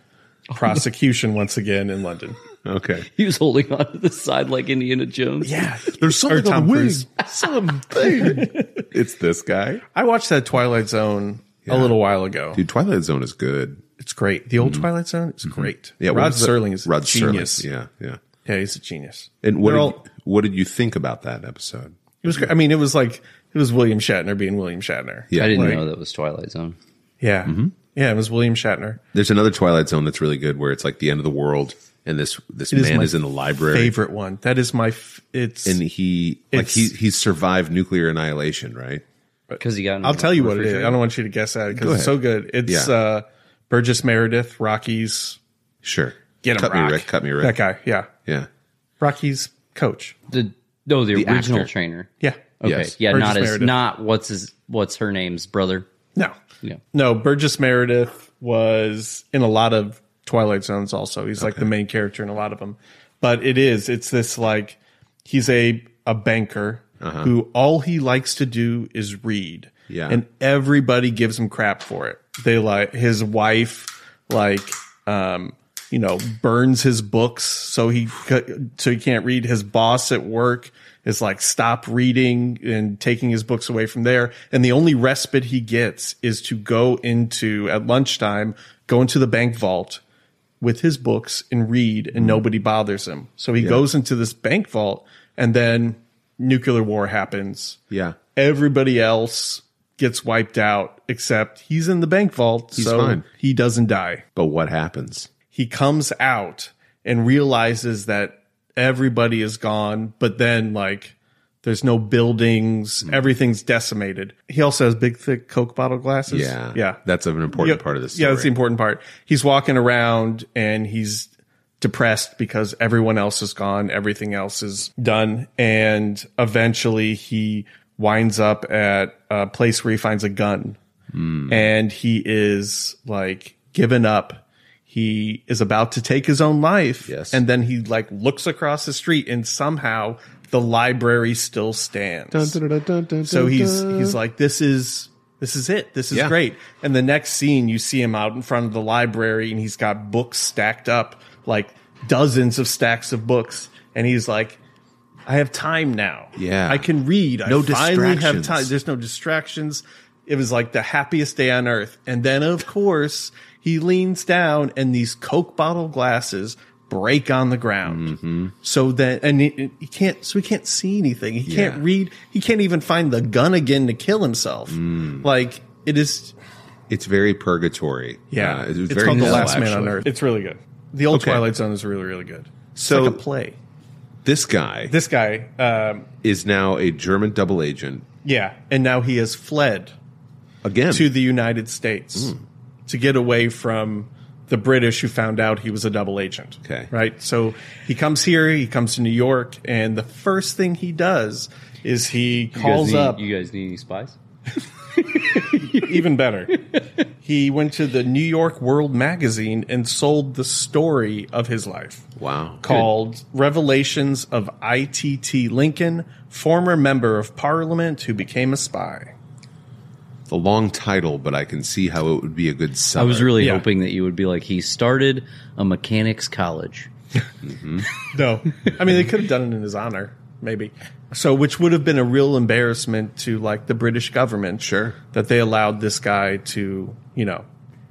prosecution once again in London. Okay. he was holding on to the side like Indiana Jones. Yeah. There's something Tom on the wing. Cruise. Something. it's this guy. I watched that Twilight Zone a little while ago. Dude, Twilight Zone is good. It's great. The old Twilight Zone is great. Yeah, what Rod was the- Serling is Rod a genius. Serling. Yeah, yeah. yeah. he's a genius. And what They're did, all- you- what did you think about that episode? It was. gr- I mean, it was like it was William Shatner being William Shatner. Yeah, Mm-hmm. I didn't like- know that was Twilight Zone. Yeah. Yeah. It was William Shatner. There's another Twilight Zone that's really good where it's like the end of the world and this this is man my is, in the library Favorite one. That is my. F- it's. and he like It's- he he survived nuclear annihilation, right? Because he got. in Uh, I'll the tell you what it is. I refrigerator. don't want you to guess at it because Go it's so ahead. good. It's Yeah. uh, Burgess Meredith, Rocky's. Sure. Get him, cut Rock. me, Rick. Cut me, Rick. That guy. Yeah. Yeah. Rocky's coach. The no, the, The original actor. trainer. Yeah. Okay. Yes. Yeah, Burgess not as Meredith. not what's his what's her name's brother. No. Yeah. No. Burgess Meredith was in a lot of Twilight Zones also. He's like the main character in a lot of them. But it is. It's this like he's a a banker who all he likes to do is read. Uh-huh. Yeah. And everybody gives him crap for it. They like his wife, like, um, you know, burns his books so he c- so he can't read. His boss at work is like, stop reading and taking his books away from there. And the only respite he gets is to go into at lunchtime, go into the bank vault with his books and read, and nobody bothers him. So he goes into this bank vault, and then nuclear war happens Yeah. everybody else gets wiped out except he's in the bank vault so fine. he doesn't die But what happens? he comes out and realizes that everybody is gone but then like there's no buildings Hmm. everything's decimated he also has big thick coke bottle glasses Yeah. yeah That's an important yeah, part of this. Yeah, that's the important part. He's walking around and he's depressed because everyone else is gone, everything else is done, and eventually he winds up at a place where he finds a gun, Hmm. and he is like given up. He is about to take his own life, Yes. and then he like looks across the street, and somehow the library still stands. So he's he's like, this is this is it. This is Yeah. great. And the next scene, you see him out in front of the library, and he's got books stacked up, like dozens of stacks of books, and he's like. I have time now. Yeah. I can read. No I finally have distractions. time. There's no distractions. It was like the happiest day on earth. And then, of course, he leans down and these Coke bottle glasses break on the ground. Mm-hmm. So that, and he, he can't, so he can't see anything. He Yeah. can't read. He can't even find the gun again to kill himself. Mm. Like, it is, It's very purgatory. yeah. Uh, it's was very called The dull, Last Man on actually. Earth. It's really good. The old Okay. Twilight Zone is really, really good. So- it's like a play. This guy This guy, um, is now a German double agent yeah. And now he has fled. again. to the United States Mm. to get away from the British who found out he was a double agent. Okay. Right? So he comes here, he comes to New York, and the first thing he does is he You guys calls need- up. You guys need any spies? Even better. He went to the New York World Magazine and sold the story of his life Wow. called Revelations of ITT Lincoln, former member of parliament who became a spy. The long title, but I can see how it would be a good I summary. was really Yeah. hoping that you would be like, he started a mechanics college. No. I mean, they could have done it in his honor, maybe. So, which would have been a real embarrassment to like the British government. Sure. That they allowed this guy to, you know,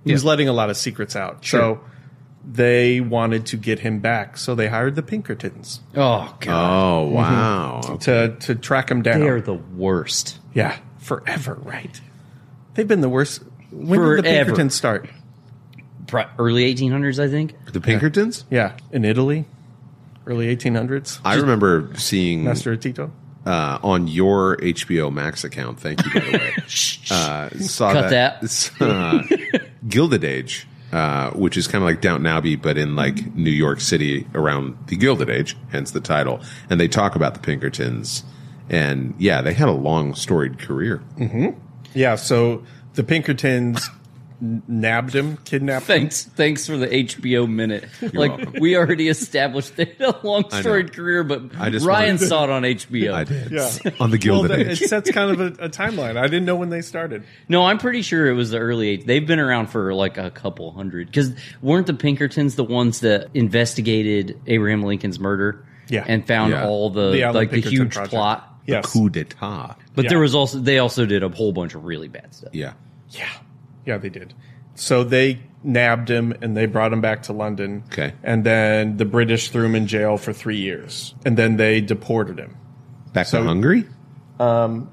he was letting a lot of secrets out. So, they wanted to get him back. So, they hired the Pinkertons Oh god, Oh Mm-hmm. wow. to, to track him down. they are the worst. Yeah. Forever, right? They've been the worst. When did the Forever. Pinkertons start? Pro- early 1800s, I think. The Pinkertons? Yeah, in Italy, early 1800s. I remember seeing Master Tito. uh, on your HBO Max account. Thank you, by the way. uh, saw Cut uh, Gilded Age, uh, which is kind of like Downton Abbey, but in like New York City around the Gilded Age, hence the title. And they talk about the Pinkertons, and yeah, they had a long storied career. Mm. Yeah, so the Pinkertons n- nabbed him, kidnapped him. Thanks, thanks for the HBO minute. like welcome. we already established they had a long I know. storied career, but I just Ryan wanted- saw it on HBO. I did Yeah. on the Well, Gilded that- it Age. sets kind of a, a timeline. I didn't know when they started. No, I'm pretty sure it was the early. eight- They've been around for like a couple hundred. Because weren't the Pinkertons the ones that investigated Abraham Lincoln's murder? Yeah. and found Yeah. all the, The Allen Uh, like the Pinkerton huge project. plot. Yes. Coup d'état. But Yeah. there was also they also did a whole bunch of really bad stuff. Yeah. Yeah. Yeah, they did. So they nabbed him and they brought him back to London. Okay. And then the British threw him in jail for three years. And then they deported him. Back So- to Hungary.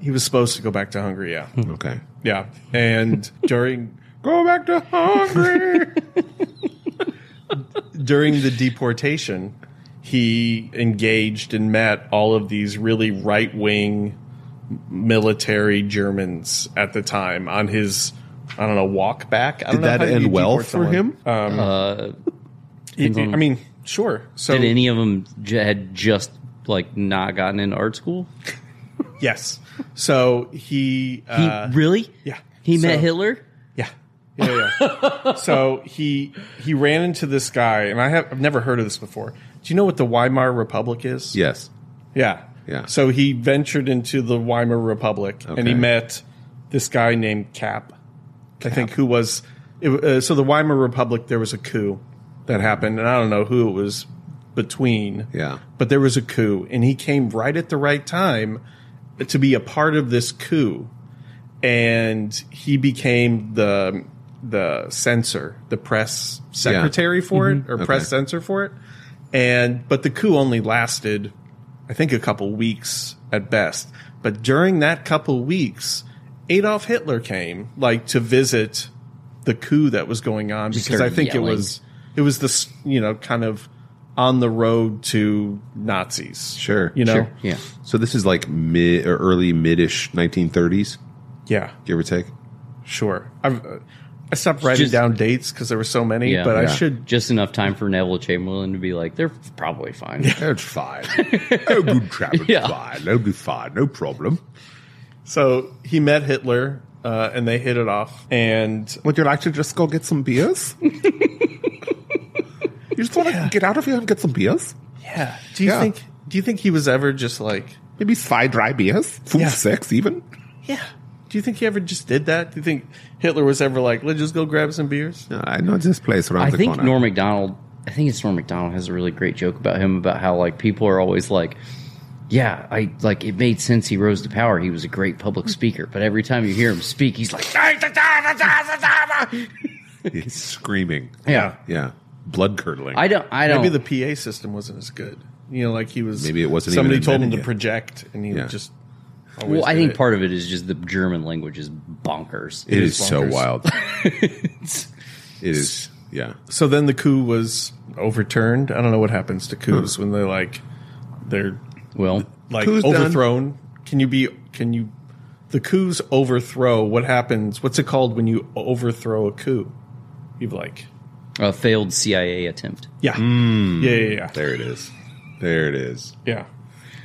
He was supposed to go back to Hungary, yeah. Okay. yeah. And during Go back to Hungary. during the deportation, he engaged and met all of these really right wing military Germans at the time on his, I don't know, walk back. I don't Did know that how you end well deport for someone. him? Mm-hmm. I I mean, sure. So Did any of them j- had just like not gotten into art school? yes. So he, He uh, really? yeah, He met So- Hitler. Yeah. Yeah, yeah. so he he ran into this guy, and I have I've never heard of this before. Do you know what the Weimar Republic is? yes. Yeah. Yeah. So he ventured into the Weimar Republic and Okay. he met this guy named Cap, I think, who was. It, uh, so the Weimar Republic, there was a coup that happened, and I don't know who it was between. Yeah. But there was a coup, and he came right at the right time to be a part of this coup. And he became the the censor, the press secretary for it, Mm-hmm. or press censor for it. And but the coup only lasted I think a couple weeks at best. But during that couple weeks, Adolf Hitler came like to visit the coup that was going on because I started think it yelling. was it was this you know kind of on the road to Nazis. Sure. you know, Sure. Yeah. So this is like mid or early midish 1930s, yeah, give or take. sure. I've, uh, I stopped writing Just- down dates because there were so many, Yeah. but I Yeah. should. Just enough time for Neville Chamberlain to be like, they're probably fine. That's fine. That'll be traveling Yeah. fine. That'll be fine. No problem. So he met Hitler. Uh, and they hit it off, and Would you like to just go get some beers? you just want to get out of here and get some beers? yeah. Do you Yeah. think? Do you think he was ever just like Maybe five dry beers? Food, Yeah. sex, even? Yeah. Do you think he ever just did that? Do you think Hitler was ever like, let's just go grab some beers? I know this place around I the think corner. Norm MacDonald, I think it's Norm MacDonald has a really great joke about him about how like people are always like, yeah, I like it made sense he rose to power. He was a great public speaker, but every time you hear him speak, he's like, He's screaming. yeah. Yeah. Blood curdling. I don't. I don't. Maybe the PA system wasn't as good. You know, like he was. Maybe it wasn't Somebody even told him invented to yet. project, and he Yeah. just. always well, I did think it. part of it is just the German language is bonkers. it is is so bonkers. wild. it is. Yeah. So then the coup was overturned. I don't know what happens to coups when they're like, they're well, like Hmm. Coup's done. overthrown. Can you be? Can you? The coups overthrow. What happens? What's it called when you overthrow a coup? You've like, a failed CIA attempt. Hmm. yeah, yeah, yeah, yeah, There it is. There it is. yeah.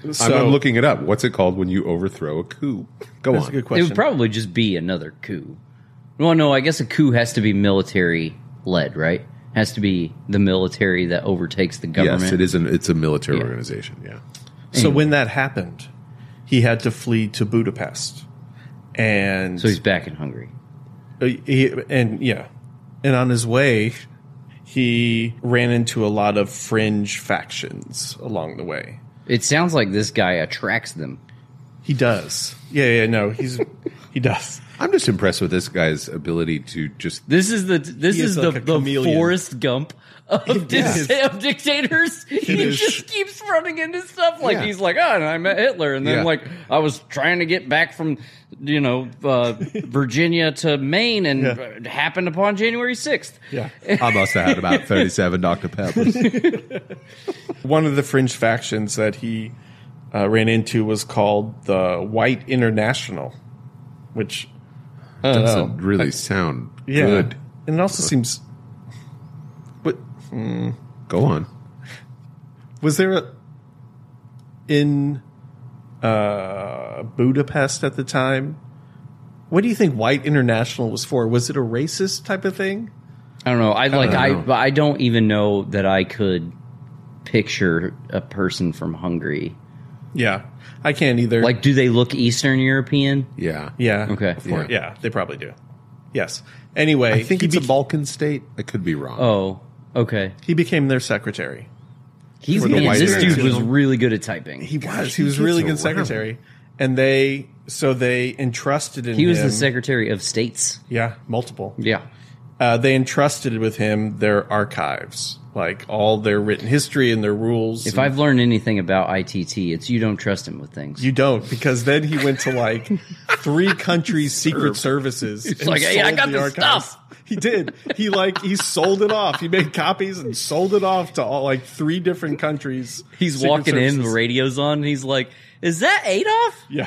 I'm, So- I'm looking it up. What's it called when you overthrow a coup? Go That's a on. good It question. would probably just be another coup. Well, no, I guess a coup has to be military led, right? Has to be the military that overtakes the government. Yes, it is. An, it's a military organization. Yeah. so when that happened, he had to flee to Budapest, and So he's back in Hungary. Uh, he, and yeah, and on his way, he ran into a lot of fringe factions along the way. It sounds like this guy attracts them. He does. Yeah, yeah, no, he's he does. I'm just impressed with this guy's ability to just This is the this He is, is the, like a the chameleon. Forrest Gump of, dis- is. of dictators. he is. just keeps running into stuff like Yeah. he's like, oh, and I met Hitler, and then Yeah. like I was trying to get back from you know uh, Virginia to Maine, and uh happened upon January sixth. Yeah. I must have had about 37 Dr. Peppers. One of the fringe factions that he uh, ran into was called the White International, which I don't know. Doesn't really Oh, sound Yeah. good. And it also seems. But Go on. was there a in uh, Budapest at the time? What do you think White International was for? Was it a racist type of thing? I don't know. I like I know. but I don't even know that I could picture a person from Hungary. Yeah, I can't either. Like, do they look Eastern European? Yeah. yeah, Okay. of course. Yeah. they probably do. Yes. Anyway, I think he, it's be- a Balkan state. I could be wrong. Oh, okay. he became their secretary. He's For the man, white this dude was international. really good at typing. He, He was. He he was really good gets around. secretary, and they so they entrusted in. was the him- Secretary of States. Yeah, multiple. Yeah. uh, they entrusted with him their archives, like all their written history and their rules. If I've learned anything about ITT, it's you don't trust him with things. you don't, because then he went to like three countries' secret services. and like, "Hey, I sold got the this archives." stuff. He did. He like he sold it off. He made copies and sold it off to all like three different countries. he's secret walking in, the services. radio's on, and he's like, "Is that Adolf? Yeah.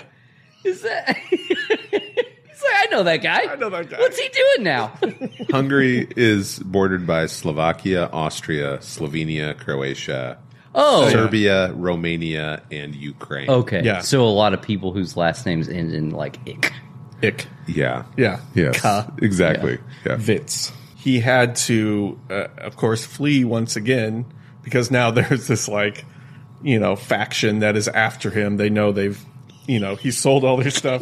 Is that?" he's like, "I know that guy. I know that guy." What's he doing now?" Hungary is bordered by Slovakia, Austria, Slovenia, Croatia, Oh, Serbia, Romania, and Ukraine. okay. Yeah. So a lot of people whose last names end in like "ick." Ick. Yeah. Yeah. Yes. Ka. Exactly. Yeah. Vitz. He had to, uh, of course, flee once again because now there's this like, you know, faction that is after him. They know they've, you know, he sold all their stuff.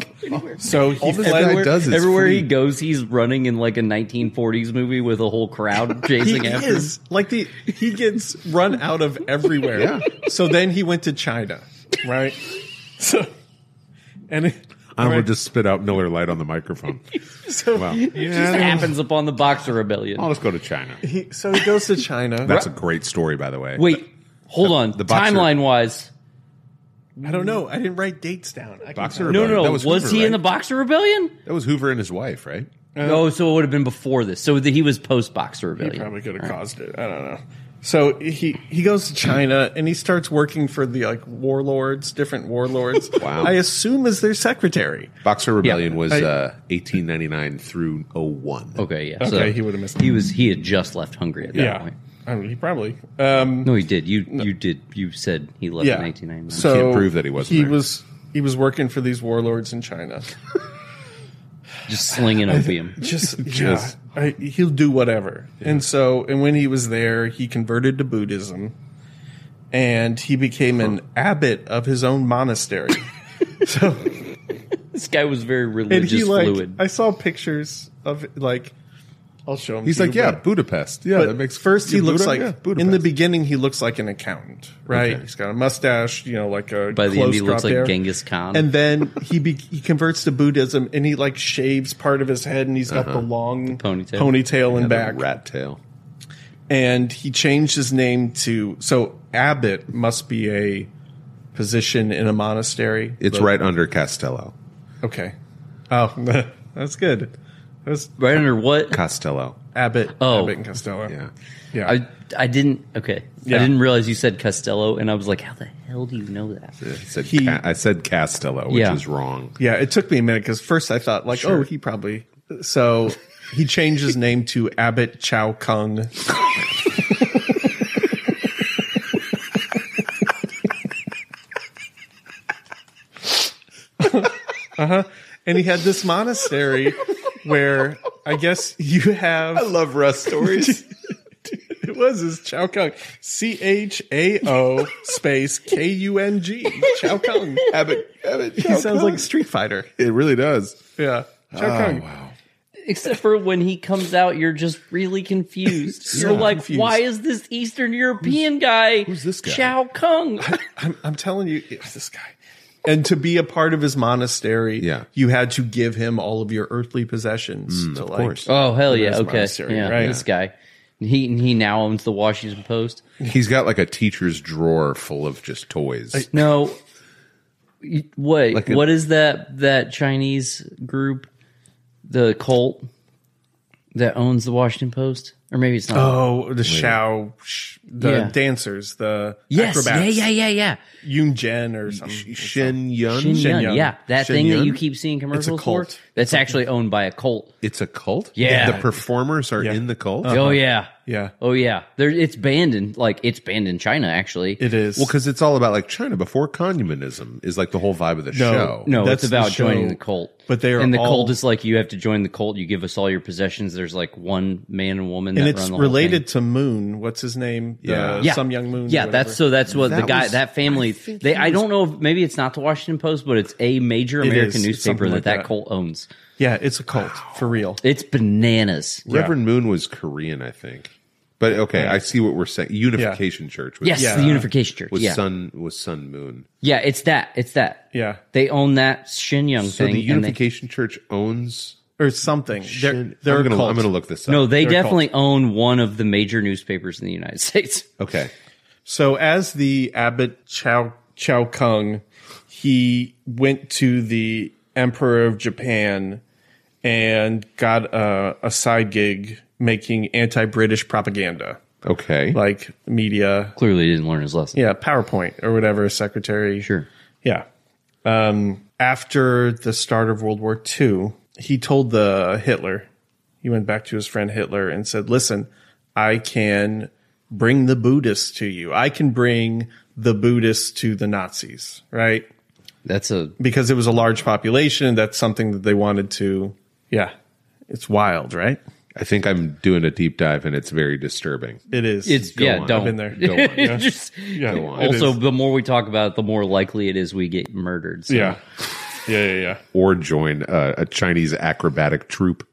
so he this guy fled. does is Everywhere free. he goes, he's running in like a 1940s movie with a whole crowd He chasing after. him. is like the he gets run out of everywhere. Yeah. So then he went to China, right? So and it- I right? will just spit out Miller Light on the microphone. so, Wow. Just happens upon the Boxer Rebellion. I'll just go to China. he, so he goes to China. That's a great story, by the way. Wait, hold on. the Boxer- timeline wise, I don't know. I didn't write dates down. I can Boxer tell you. no, Rebellion. no, no. That Was, Hoover, he in the right? Boxer Rebellion? That was Hoover and his wife, right? oh, so it would have been before this. So that he was post Boxer Uh, He Rebellion. probably could have caused it. I don't know. So he he goes to China and he starts working for the like warlords, different warlords. Wow. I assume as their secretary. Boxer Rebellion was I- uh, 1899 through 01. okay, yeah. Okay, so he would have missed. He was. He had just left Hungary at that yeah. point. I mean, he probably. Um, No, he did. You you did. You said he left yeah. in 1999. So Can't prove that he wasn't He there. was. He was working for these warlords in China. just slinging opium. Just, Just- yeah, I, he'll do whatever. And so, and when he was there, he converted to Buddhism, and he became an abbot of his own monastery. so this guy was very and religious he like fluid. I saw pictures of like I'll show him. He's to like, you, yeah, but- Budapest. Yeah, but that makes first he Yeah, looks Buda- like yeah, in the Budapest. beginning he looks like an accountant, right? Okay. He's got a mustache, you know, like a By the end, he close-cropped looks like hair. Genghis Khan. And then he be- he converts to Buddhism and he like shaves part of his head and he's got Uh-huh. the long ponytail. ponytail and Yeah, the back. rat tail. And he changed his name to so abbot must be a position in a monastery. It's The- right under Castello. Okay. Oh, that's good. That's right under what? Castello. Abbott. Oh. Abbott and Costello. Yeah. yeah. I I didn't. Okay, Yeah. I didn't realize you said Costello, and I was like, how the hell do you know that? I said, He- Ca- I said Castello, which Yeah. is wrong. yeah. It took me a minute because first I thought like, Sure. oh, he probably. So he changed his name to Abbott Chow Kung. Uh-huh. and he had this monastery where I guess you have. I love Russ stories. it was his Chow Kung. C H A O space K U N G. Chow Kung. Abbott, Abbott, He sounds like Street Fighter. it really does. Yeah. Oh, Chow Kung. wow. Except for when he comes out, you're just really confused. You're Yeah. like, Confused. why is this Eastern European guy? who's this guy? Chow Kung. I'm, I'm telling you, it's this guy. And to be a part of his monastery, Yeah. you had to give him all of your earthly possessions. to like, course. Oh hell yeah! That's Okay, monastery, yeah, right? this guy. He he now owns the Washington Post. He's got like a teacher's drawer full of just toys. No, you- wait. Like a- what is that that Chinese group, the cult that owns the Washington Post, or maybe it's not. Oh, the Shao, sh- the Yeah. dancers, the yes, acrobats, yeah, yeah, yeah, yeah. Yoon Jen or something. Shen Yun. Shin Yun, Yun. yeah, that Shin thing that Yun? you keep seeing commercials cult. for. That's actually owned by a cult. It's a cult. Yeah. the performers are Yeah. in the cult. Oh yeah, Yeah, oh yeah. There, it's banned in like it's banned in China actually. it is. Well, because it's all about like China before communism is like the whole vibe of the show. No, That's it's about the show. joining the cult. But they are and the all- cult is like you have to join the cult. You give us all your possessions. There's like one man and woman, and that it's run the related to Moon. What's his name? Yeah. The Yeah. some young Moon. Whole thing. Yeah, that's so. That's what That the guy, was- that family. they, I don't know. if Maybe it's not the Washington Post, but it's a major It American is. It's newspaper something that like that, that. cult owns. yeah, it's a cult for real. It's bananas. Reverend Moon was Korean, I think. But okay, I see what we're saying. Unification Church was Yes, the Unification Church. was yeah, Sun was Sun Moon. yeah. It's that. It's that. Yeah. They own that Shin Young So thing. the and they- Unification Church owns. or something. They're, Shin- they're I'm gonna, a cult. I'm gonna look this up. no, they they're a cult. definitely own one of the major newspapers in the United States. Okay. So as the abbot Chao Chao Kung, he went to the emperor of Japan and got a, a side gig making anti-British propaganda, Okay. like media, Clearly, he didn't learn his lesson. yeah, PowerPoint or whatever. Secretary, Sure. yeah. Um, after the start of World War II, he told the Hitler, he went back to his friend Hitler and said, "Listen, I can bring the Buddhists to you. I can bring the Buddhists to the Nazis, right? That's a Because it was a large population. That's something that they wanted to. Yeah, it's wild, right? I think I'm doing a deep dive and it's very disturbing. It is. It's Go yeah. on. Don't I've been there. Go on. It's just- yeah. it is. also, the more we talk about it, the more likely it is we get murdered. So. yeah, yeah, yeah, yeah. Or join a, a Chinese acrobatic troupe.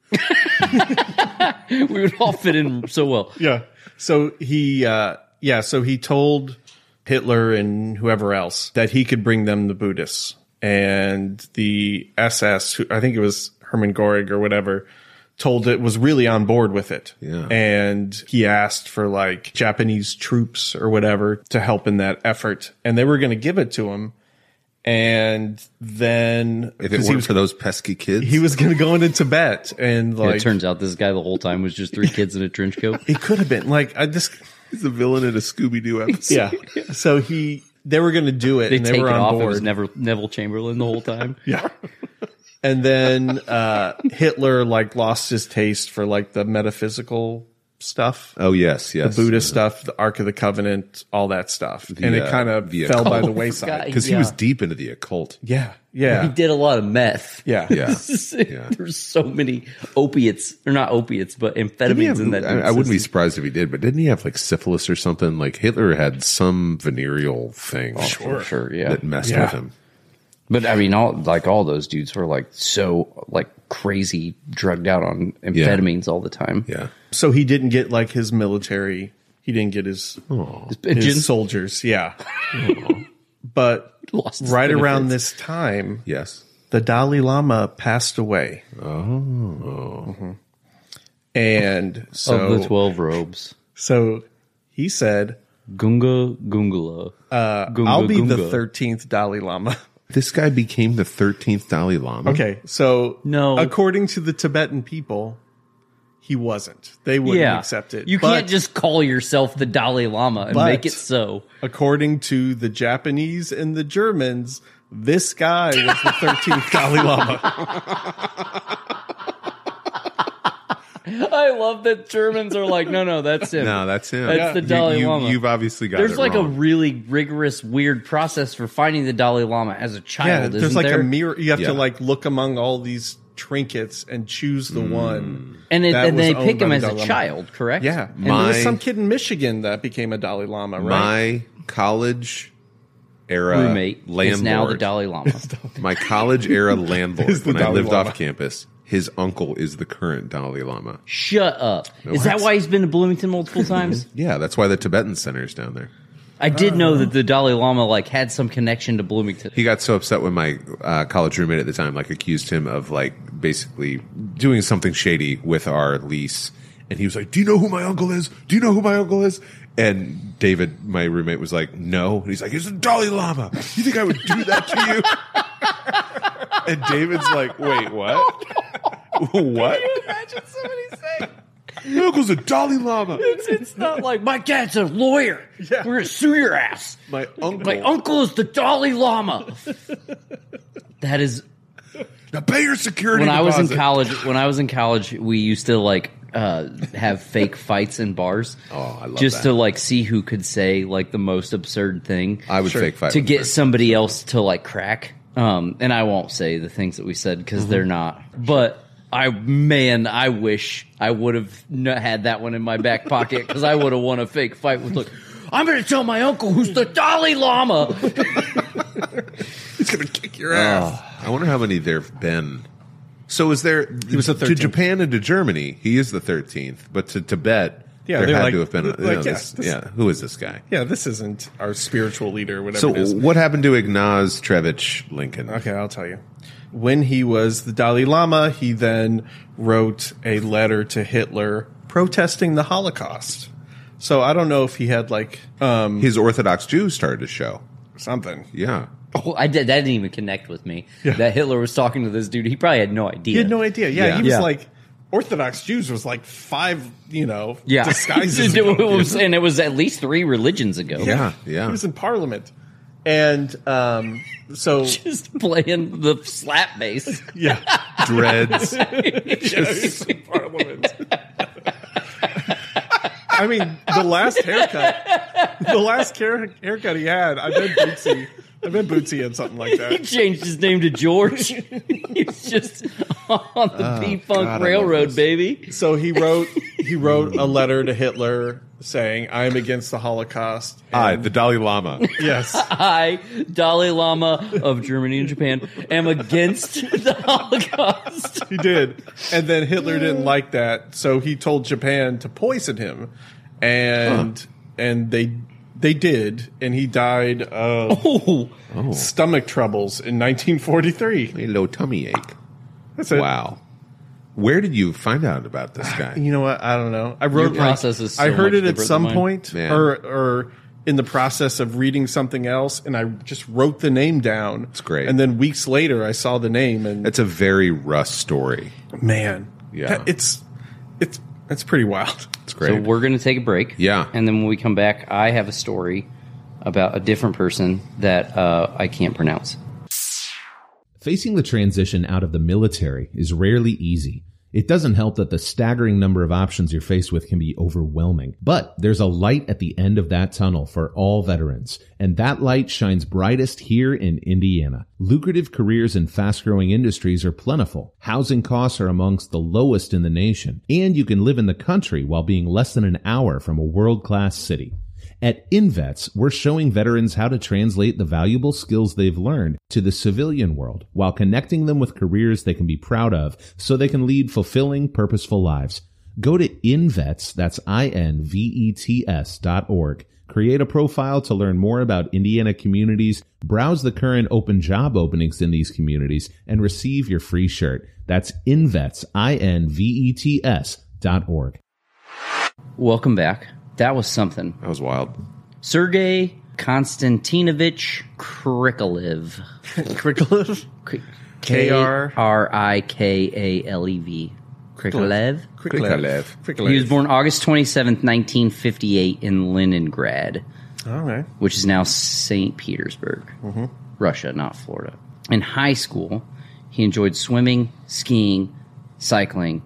we would all fit in so well. yeah. So he, uh, yeah, so he told Hitler and whoever else that he could bring them the Buddhists and the SS. Who, I think it was Hermann Goring or whatever. Told it was really on board with it, Yeah. and he asked for like Japanese troops or whatever to help in that effort, and they were going to give it to him. And then If it because he weren't was for those pesky kids, he was going to go into Tibet, and It like turns out this guy the whole time was just three kids in a trench coat. it could have been like I just he's the villain in a Scooby Doo episode. Yeah. So he, they were going to do it, They and take they it were on off. It board. was Neville, Neville Chamberlain the whole time. yeah. and then uh, Hitler like lost his taste for like the metaphysical stuff, Oh yes, yes. Buddhist stuff, the Ark of the Covenant, all that stuff, and uh, it kind of the fell by the occult. wayside. because he was deep into the occult. Yeah. He Yeah. did a lot of meth. Yeah. Yeah. There's so many opiates. They're not opiates, but Didn't he amphetamines have- in that. I, I wouldn't be surprised if he did, but didn't he have like syphilis or something? Like Hitler had some venereal thing sure, sure, yeah. that messed Yeah. with him. But I mean, all like all those dudes were like so like crazy drugged out on amphetamines all the time. Yeah. So he didn't get like his military. He didn't get his his Pigeons soldiers. Yeah. but lost his right around benefits. this time, Yes. the Dalai Lama passed away. Oh. And Oh. of the so, twelve robes. so he said, Gunga Gungala. Uh, Gunga, I'll be the Gunga. 13th Dalai Lama. This guy became the thirteenth Dalai Lama. Okay. So, No. according to the Tibetan people, he wasn't. They wouldn't Yeah, accept it. You But can't just call yourself the Dalai Lama and But- make it so. According to the Japanese and the Germans, this guy was the 13th Dalai Lama. I love that Germans are like, no, no, that's him. No, that's him. That's the Dalai you, you, Lama. You've obviously got there's it like a wrong. really rigorous, weird process for finding the Dalai Lama as a Yeah, child. there's isn't like there? a mirror. You have Yeah. to like look among all these trinkets and choose Hmm. the one. and it, that and was they owned pick by him the as a Dalai Lama. child, correct? Yeah, and My- there was some kid in Michigan that became a Dalai Lama, right? my college era Roommate landlord. is now the Dalai Lama. My college era landlord Is the when I Dalai lived Lama. off campus. His uncle is the current Dalai Lama. Shut up. Is that why he's been to Bloomington multiple times? Yeah, that's why the Tibetan Center is down there. I did know that the Dalai Lama like had some connection to Bloomington. He got so upset when my uh, college roommate at the time like accused him of like basically doing something shady with our lease, and he was like, "Do you know who my uncle is? Do you know who my uncle is?" And David, my roommate, was like, "No," and he's like, "It's the Dalai Lama. You think I would do that to you?" and David's like, "Wait, what? what? Imagine somebody saying My uncle's a Dalai Lama." it's not like my dad's a lawyer. We're gonna sue your ass. My uncle. My uncle is the Dalai Lama. that is Now pay your security. when I was in deposit. college. When I was in college, we used to like uh, have fake fights in bars. Oh, I love just that. to like see who could say like the most absurd thing I would fake fight to with get her. somebody else to like crack. Um, and I won't say the things that we said because they're not. But I, man, I wish I would have n- had that one in my back pocket because I would have won a fake fight with like. I'm going to tell my uncle who's the Dalai Lama. He's gonna kick your ass. Oh. I wonder how many there have been. So is there he was the to 13th. Japan and to Germany? He is the thirteenth, but to Tibet, Yeah, there they're had like- to have been. you know, like, yeah, this- this- yeah, who is this guy? Yeah, this isn't our spiritual leader, whatever So it is. Um, what happened to Ignaz Trevich Lincoln? Okay, I'll tell you. When he was the Dalai Lama, he then wrote a letter to Hitler protesting the Holocaust. So I don't know if he had like um, His Orthodox Jews started to show. something. Yeah, Well, Oh, I did, that didn't even connect with me. That Hitler was talking to this dude. He probably had no idea. He had no idea. Yeah, Yeah. he was Yeah. like Orthodox Jews was like five, you know, yeah. disguises. It ago. was- and it was at least three religions ago. yeah, yeah. He was in Parliament, and um, so Just playing the slap bass. yeah. Dreads. Yes. I mean, the last haircut, the last care, haircut he had. I bet Bootsy, I bet Bootsy had something like he that. changed his name to George. He's just on the P Oh, God, I love Funk Railroad, this. baby. So he wrote, he wrote a letter to Hitler saying, "I am against the Holocaust." Hi, the Dalai Lama. Yes, I, Dalai Lama of Germany and Japan, am against the Holocaust. he did. And then Hitler didn't like that, so he told Japan to poison him, and and they they did, and he died of Ooh, stomach troubles in 1943. A low tummy ache. That's it. Wow. Where did you find out about this guy? You know what? I don't know. I wrote Your process is so I heard much it at different than some mine. point, Man. or or in the process of reading something else, and I just wrote the name down. It's great. And then weeks later, I saw the name, and That's a very Russ story. man, Yeah. it's it's it's pretty wild. It's So great. we're going to take a break. Yeah. And then when we come back, I have a story about a different person that uh, I can't pronounce. Facing the transition out of the military is rarely easy. It doesn't help that the staggering number of options you're faced with can be overwhelming. But there's a light at the end of that tunnel for all veterans, and that light shines brightest here in Indiana. Lucrative careers in fast growing industries are plentiful. Housing costs are amongst the lowest in the nation, and you can live in the country while being less than an hour from a world class city. At InVets, we're showing veterans how to translate the valuable skills they've learned to the civilian world while connecting them with careers they can be proud of so they can lead fulfilling, purposeful lives. Go to InVets, that's I-N-V-E-T-S E dot org. Create a profile to learn more about Indiana communities, browse the current open job openings in these communities, and receive your free shirt. That's InVets, I-N-V-E-T-S E dot org. Welcome back. That was something. that was wild. Sergey Konstantinovich Krikalev. Krikalev, K K-R- R I K A L E V. Krikalev. Krikalev. He was born August 27th, 1958, in Leningrad, All right. which is now St. Petersburg, Russia, not Florida. In high school, he enjoyed swimming, skiing, cycling,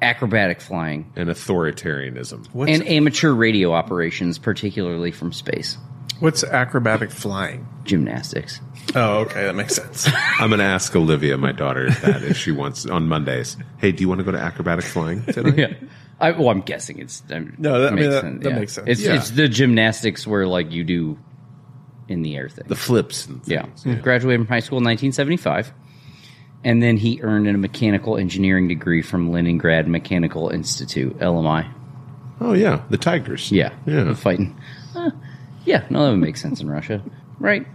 acrobatic flying, and authoritarianism. What's, and amateur radio operations, particularly from space. what's acrobatic flying? Gymnastics. Oh, okay, that makes sense. I'm going to ask Olivia, my daughter, that if she wants on Mondays. Hey, do you want to go to acrobatic flying tonight? Yeah. I, well, I'm guessing it's I'm- No, that- I mean, that- that yeah. makes sense. It's, Yeah. it's the gymnastics where like you do in the air thing. The flips. And yeah. graduated from high school in 1975, and then he earned a mechanical engineering degree from Leningrad Mechanical Institute (LMI). Oh yeah, the tigers. Yeah, Yeah. fighting. Uh, yeah, no, that would make sense in Russia, right?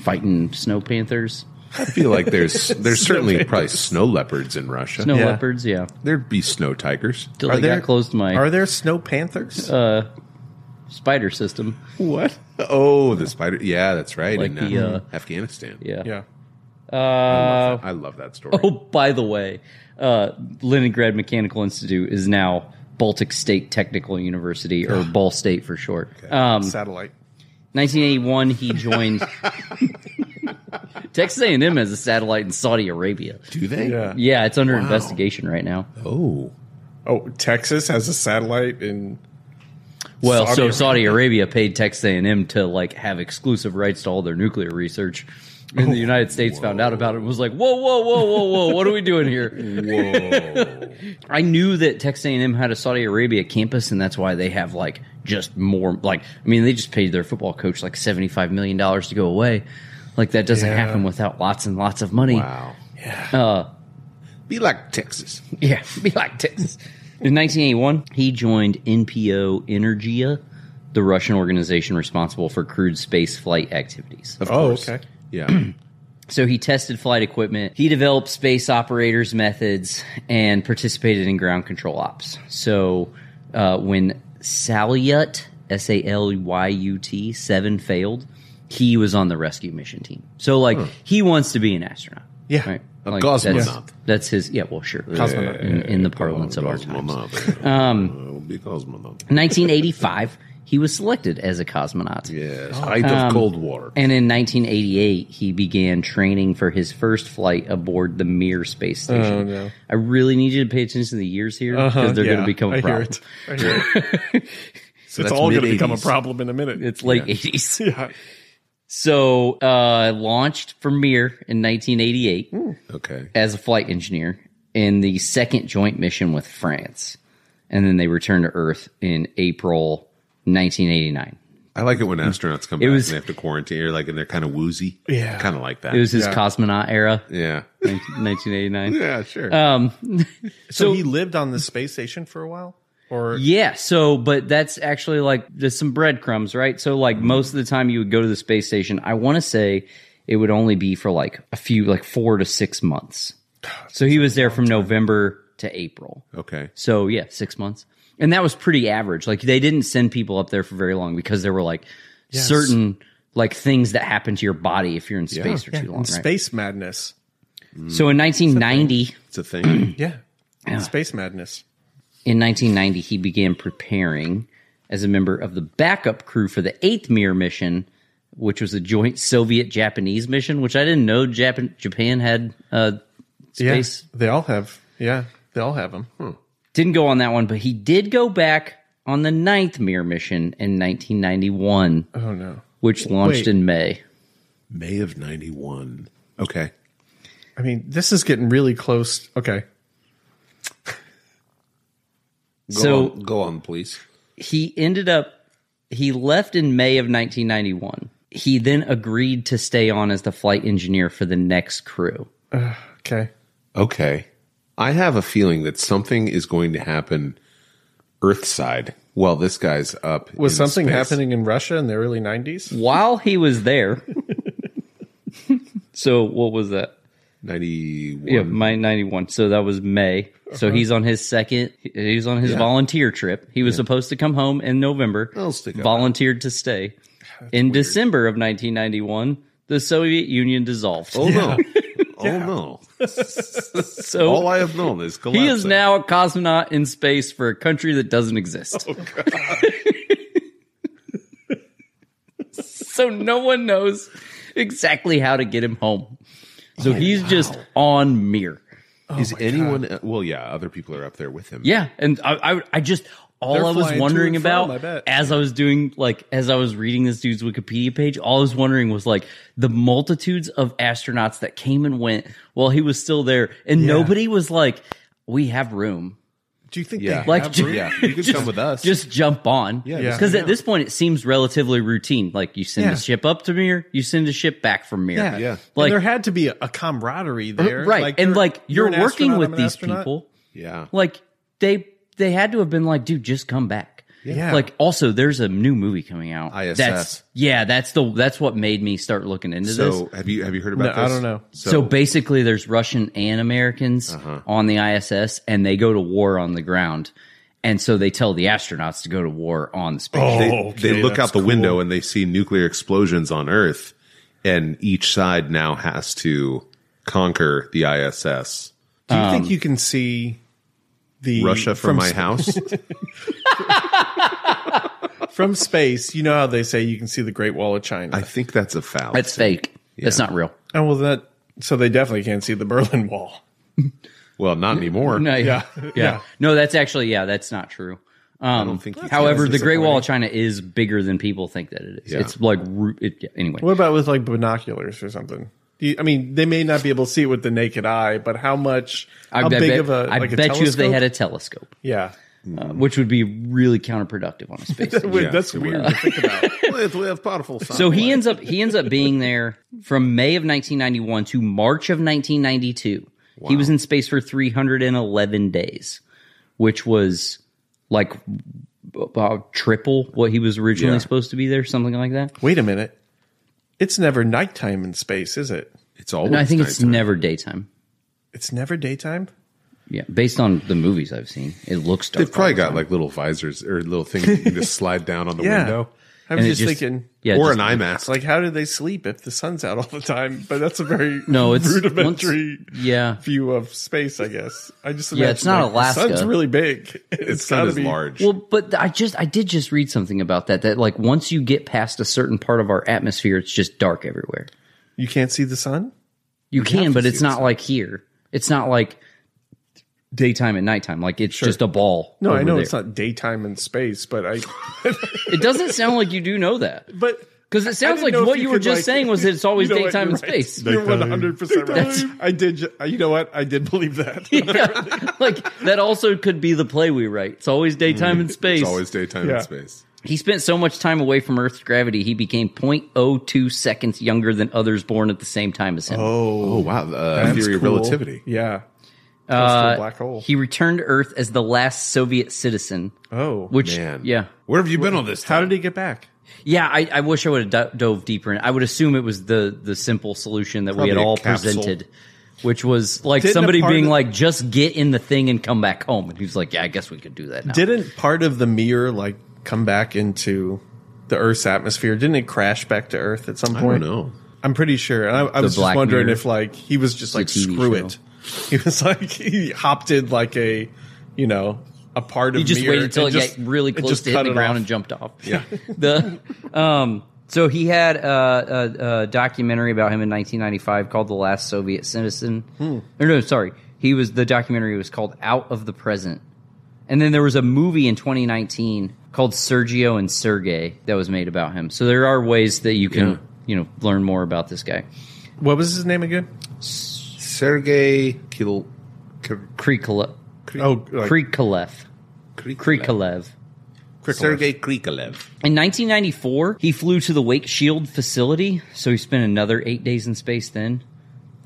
Fighting snow panthers, I feel like there's there's certainly probably snow leopards in Russia. snow Yeah. leopards. Yeah, Thered be snow tigers. till they got close to my Are there snow panthers? Uh, spider system. What? Oh, the spider. Yeah, that's right. Like in the, uh, uh, Afghanistan. Yeah. yeah. Uh, I love that story. Oh, by the way, uh, Leningrad Mechanical Institute is now Baltic State Technical University, or Ball State for short. Um, Satellite. 1981, he joined Texas A&M as a satellite in Saudi Arabia. Do they? Yeah. Yeah, it's under investigation right now. Oh, Oh, Texas has a satellite in. Well, Saudi so Arabia. Saudi Arabia paid Texas A&M to like have exclusive rights to all their nuclear research. And the United States found out about it and was like, whoa, whoa, whoa, whoa, whoa, what are we doing here? whoa! I knew that Texas A&M had a Saudi Arabia campus, and that's why they have like just more. Like, I mean, they just paid their football coach like seventy five million dollars to go away. Like that doesn't happen without lots and lots of money. Uh, wow. be like Texas. Yeah, be like Texas. In 1981, he joined NPO Energia, the Russian organization responsible for crewed space flight activities. Of Oh, course. okay. Yeah. So he tested flight equipment. He developed space operators methods and participated in ground control ops. So uh, when Salyut S A L Y U T seven failed, he was on the rescue mission team. So like he wants to be an astronaut. Yeah. right? Hmm. A Like, cosmonaut. That's, that's his. Yeah, well, sure, Cosmonaut. in, in the parlance of our times. Cosmonaut. Um, be cosmonaut. 1985, he was selected as a cosmonaut. Yes. Height of Cold War. Oh. Um, And in 1988, he began training for his first flight aboard the Mir space Oh, station. I really need you to pay attention to the years here because they're going to become Uh-huh. I a hear problem. it. I hear it. it's that's all going to become a mid-eighties. problem in a minute. It's late 80s. yeah. So, uh, launched for Mir in 1988 Hmm. Okay. as a flight engineer in the second joint mission with France. And then they returned to Earth in April 1989. I like Mm. it when astronauts come back was- and they have to quarantine. You're like, and they're kind of woozy. Yeah. Kind of like that. It was his cosmonaut era, yeah. 1989. Yeah. Sure. So, he lived on the space station for a while, or Yeah, so but that's actually like there's some breadcrumbs, right? So like most of the time you would go to the space station, I want to say it would only be for like a few like 4 to 6 months. So he was there from November to April. okay. So yeah, 6 months. And that was pretty average. Like they didn't send people up there for very long because there were like certain like things that happen to your body if you're in space for too long, right? space madness. So in 1990, It's a thing. Yeah. Space madness. In 1990, he began preparing as a member of the backup crew for the eighth Mir mission, which was a joint Soviet Japanese mission, which I didn't know Japan, Japan had uh, space. Yes, they all have. Yeah, they all have Hmm. them. Didn't go on that one, but he did go back on the ninth Mir mission in 1991, Oh no, which launched Wait. in May. May of '91. Okay. I mean this is getting really close. Okay, Go so on, go on, please. he ended up he left in May of 1991. He then agreed to stay on as the flight engineer for the next crew. okay. Okay. I have a feeling that something is going to happen Earthside while this guy's up. Was in something space. happening in Russia in the early '90s? while he was there. so what was that? 91. Yeah, my ninety one. So that was May. So Uh-huh. he's on his second. He was on his volunteer trip. He was supposed to come home in November. I'll stick out. volunteered to stay. in December of nineteen ninety one, the Soviet Union dissolved. Oh, oh, no. Oh, no. so All I have known is collapsing. he is now a cosmonaut in space for a country that doesn't exist. Oh, so no one knows exactly how to get him home. So he's just on Mir. Is anyone? Well, yeah, other people are up there with him. Yeah, and I, I, I just all They're I flying was to wondering and about from, I bet. as I was doing like as I was reading this dude's Wikipedia page, all I was wondering was like the multitudes of astronauts that came and went while he was still there, and nobody was like, "We have room." Do you think Yeah. they Like, have ju- room? Yeah, you can come with us. Just jump on, Yeah, just Because at this point, it seems relatively routine. Like you send Yeah. a ship up to Mir, you send a ship back from Mir. Yeah, Yeah. Like- Like there had to be a, a camaraderie there, right? and you're- like you're, an working astronaut, with I'm an these astronaut. people. yeah. like they they had to have been like, dude, just come back. Yeah. Like also, there's a new movie coming out. ISS. That's yeah. That's the that's what made me start looking into this. So have you have you heard about No, I this? don't know. So, basically, there's Russian and Americans Uh-huh. on the ISS, and they go to war on the ground, and so they tell the astronauts to go to war on the space. Oh, they, okay, they look that's out the cool. window and they see nuclear explosions on Earth, and each side now has to conquer the ISS. Do you think you can see the Russia from, my sp- house. from space? You know how they say you can see the Great Wall of China. I think that's a foul. That's fake. That's not real. oh well, that so they definitely can't see the Berlin Wall. Well, not anymore. No, Yeah, yeah, yeah. No, that's actually yeah, that's not true. Um, think that's- however, that's the Great Wall of China is bigger than people think that it is. Yeah. It's like ru- it, yeah, anyway. What about with like binoculars or something? Do you, I mean, they may not be able to see it with the naked eye, but how much? I how bet, big of a? I like a bet you if they telescope? had a telescope, yeah. uh, which would be really counterproductive on a space. station. Wait, that's weird to think about. With, with powerful so he ends up he ends up being there from May of 1991 to March of 1992. He was in space for 311 days, which was like about triple what he was originally Yeah. supposed to be there, something like that. Wait a minute, it's never nighttime in space, is it? It's always. No, I think it's nighttime. never daytime. It's never daytime. Yeah, based on the movies I've seen, it looks dark. They've probably got like little visors or little things that you can just slide down on the Yeah. window, I was it just, just- thinking, yeah, or just- an eye mask. like, how do they sleep if the sun's out all the time? But that's a very No, it's- rudimentary yeah. view of space, I guess. I just Yeah, it's imagine, not like, The Alaska. sun's really big. it's It's not gotta as be large. Well, but I just I did just read something about that that like once you get past a certain part of our atmosphere, it's just dark everywhere. You can't see the sun. You can, but it's not like here. It's not like daytime and nighttime. Like it's just a ball. No, I over know there. it's not daytime in space, but I. It doesn't sound like you do know that But because it sounds I didn't like know if what you were could, just like- saying was that it's always You know what, daytime you're in right. space. You're one hundred percent right. That's- I did. ju- You know what? I did believe that. Yeah. like that also could be the play we write. It's Mm-hmm. always daytime in space. it's always daytime Yeah. in space. He spent so much time away from Earth's gravity, he became 0.02 seconds younger than others born at the same time as him. Oh wow! Uh, theory of Cool. relativity. Yeah. Close to a black hole. Uh, He returned to Earth as the last Soviet citizen. oh, Which, Man. yeah, Where have you been all this time? how did he get back? yeah. I, I wish I would have do- dove deeper. In. I would assume it was the the simple solution that we Probably had a all capsule. presented, which was like Didn't a somebody part being of- like, "Just get in the thing and come back home." And he was like, "Yeah, I guess we could do that now." Didn't part of the mirror like come back into the Earth's atmosphere? Didn't it crash back to Earth at some I point? don't know. I'm pretty sure. And I, I was just Black wondering Mirror. if like he was just like It's a TV screw show. it. He was like he hopped in like a you know a part of He just mirror waited until it and just- got really and close just to hitting cut the it ground off. and jumped off. Yeah. the um. So he had a, a, a documentary about him in 1995 called "The Last Soviet Citizen." Hmm. Or no, sorry, he was the documentary was called "Out of the Present," and then there was a movie in 2019 called "Sergio and Sergey" that was made about him. So there are ways that you can you know learn more about this guy. What was his name again? Sergey Kil- Kir- Krikalev, Oh, like, Krikalev, Krikalev. Krikalev. Sergey Krikalev. In 1994, he flew to the Wake Shield facility, so he spent another eight days in space then.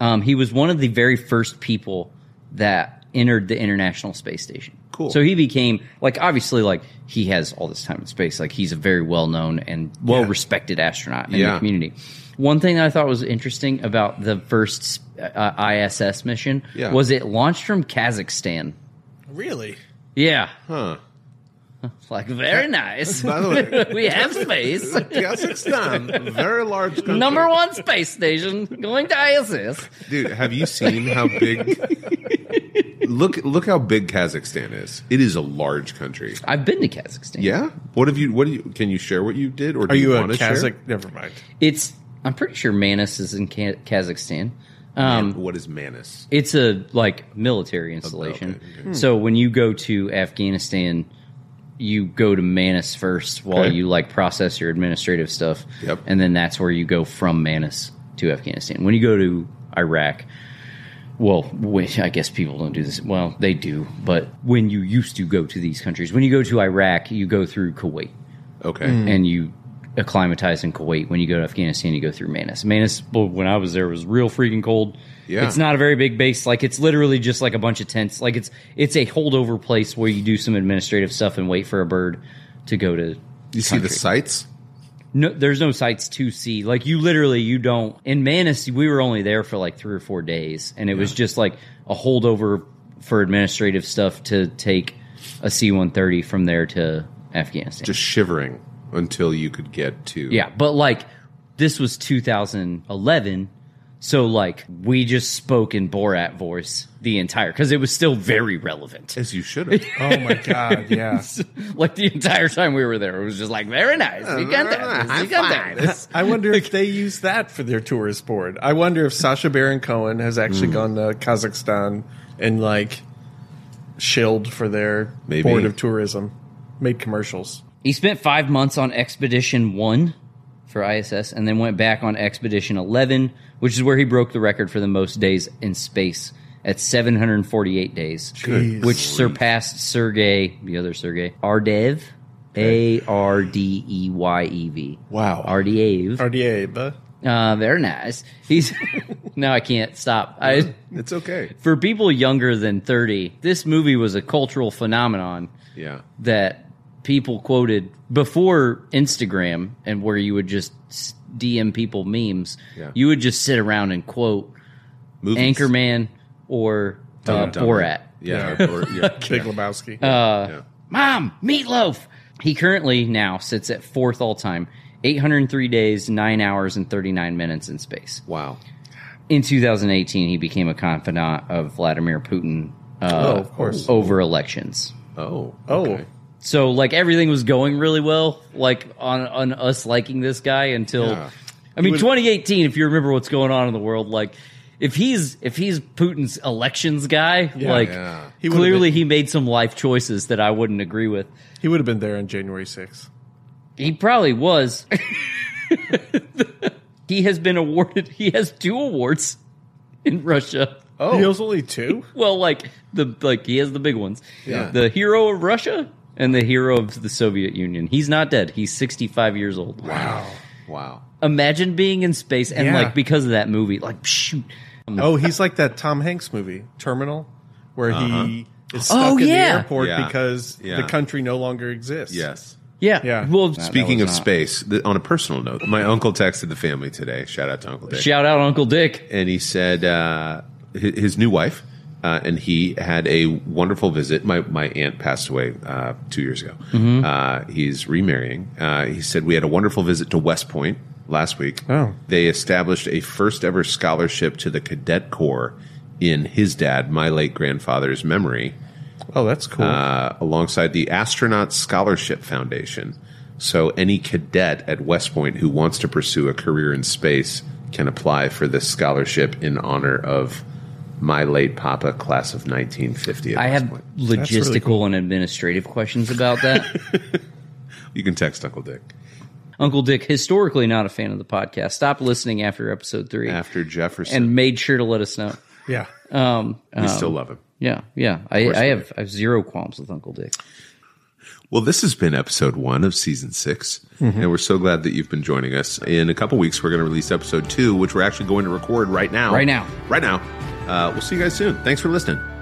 Um, he was one of the very first people that entered the International Space Station. Cool. So he became, like, obviously, like, he has all this time in space. Like, he's a very well known and well respected astronaut in Yeah. the community. One thing that I thought was interesting about the first uh, ISS mission Yeah. was it launched from Kazakhstan. Really? Yeah. Huh. Like, very nice. By the way, we have space. Kazakhstan, very large country. number one space station going to ISS. Dude, have you seen how big? look, look how big Kazakhstan is. It is a large country. I've been to Kazakhstan. Yeah. What have you? What do you? Can you share what you did, or do Are you a want to Kazakh? share? Never mind. it's. I'm pretty sure Manus is in Ka- Kazakhstan. Um, Man- what is Manus? It's a like military installation. So when you go to Afghanistan, you go to Manus first while Okay. you like process your administrative stuff. Yep. And then that's where you go from Manus to Afghanistan. When you go to Iraq, well, which I guess people don't do this. Well, they do, but when you used to go to these countries, when you go to Iraq, you go through Kuwait Okay. Mm, and you acclimatize in Kuwait. When you go to Afghanistan, you go through Manus. Manus, well, when I was there, was real freaking cold. Yeah. It's not a very big base. Like it's literally just like a bunch of tents. Like it's it's a holdover place where you do some administrative stuff and wait for a bird to go to. You see the sights? No, there's no sites to see. Like you literally, you don't. In Manus, we were only there for like three or four days, and it was just like a holdover for administrative stuff to take a C-130 from there to Afghanistan. Just shivering until you could get to. Yeah, but like this was 2011, so like we just spoke in Borat voice the entire because it was still very relevant. As you should have. Oh my god! Yeah, like the entire time we were there, it was just like very nice. You got that. You got that. I wonder if they use that for their tourist board. I wonder if Sasha Baron Cohen has actually gone Hmm. to Kazakhstan and like shilled for their Maybe. board of tourism, made commercials. He spent five months on Expedition One for ISS, and then went back on Expedition Eleven, which is where he broke the record for the most days in space at 748 days, which surpassed Sergey, the other Sergey Ardev, A R D E Y E V. Wow. Ardev. RDA, but Uh, they're nice. He's no, I can't stop. I It's okay. for people younger than 30, this movie was a cultural phenomenon Yeah. that people quoted before Instagram and where you would just s- DM people memes. Yeah. You would just sit around and quote Movies. Anchorman or Dumb uh, and Dumber. Borat. Yeah. or- yeah. Big Lebowski. Uh, yeah. Mom, meatloaf. He currently now sits at fourth all time, 803 days, 9 hours, and 39 minutes in space. Wow. In 2018, he became a confidant of Vladimir Putin uh, Oh, of course. over elections. Oh. Oh. okay. So like everything was going really well, like on on us liking this guy until Yeah. I mean 2018. If you remember what's going on in the world, like if he's if he's Putin's elections guy, like yeah. He would've clearly been- he made some life choices that I wouldn't agree with. he would have been there on January 6th. He probably was. he has been awarded. He has two awards in Russia. Oh, he was only two. Well, like the like he has the big ones. Yeah. The hero of Russia and the hero of the Soviet Union. He's not dead. He's 65 years old. Wow. Wow. Imagine being in space and Yeah. like because of that movie, like shoot. Oh, he's like that Tom Hanks movie, Terminal, where he is stuck Oh, in yeah. the airport Uh-huh. Yeah. because Yeah. the country no longer exists. Yes. Yeah. Yeah. Well, Speaking of space, space, th- on a personal note, my uncle texted the family today. Shout out to Uncle Dick. shout out Uncle Dick. and he said uh, hi- his new wife uh, and he had a wonderful visit. My my aunt passed away uh, two years ago. Uh, he's remarrying. Uh, he said we had a wonderful visit to West Point last week. Oh. they established a first ever scholarship to the cadet corps in his dad, my late grandfather's memory Oh, that's cool. uh, alongside the Astronaut Scholarship Foundation. So any cadet at West Point who wants to pursue a career in space can apply for this scholarship in honor of my late papa, class of 1950. at I West have Point. logistical and administrative questions about that. You can text Uncle Dick Uncle Dick, historically not a fan of the podcast, stopped listening after episode three after Jefferson. and made sure to let us know. yeah. Um, we um, still love him. yeah, yeah. I, course I we have I have zero qualms with Uncle Dick. Well, this has been episode one of season 6 Mm-hmm. and we're so glad that you've been joining us. In a couple weeks, we're going to release episode two, which we're actually going to record right now. Right now. Right now. Uh, we'll see you guys soon. Thanks for listening.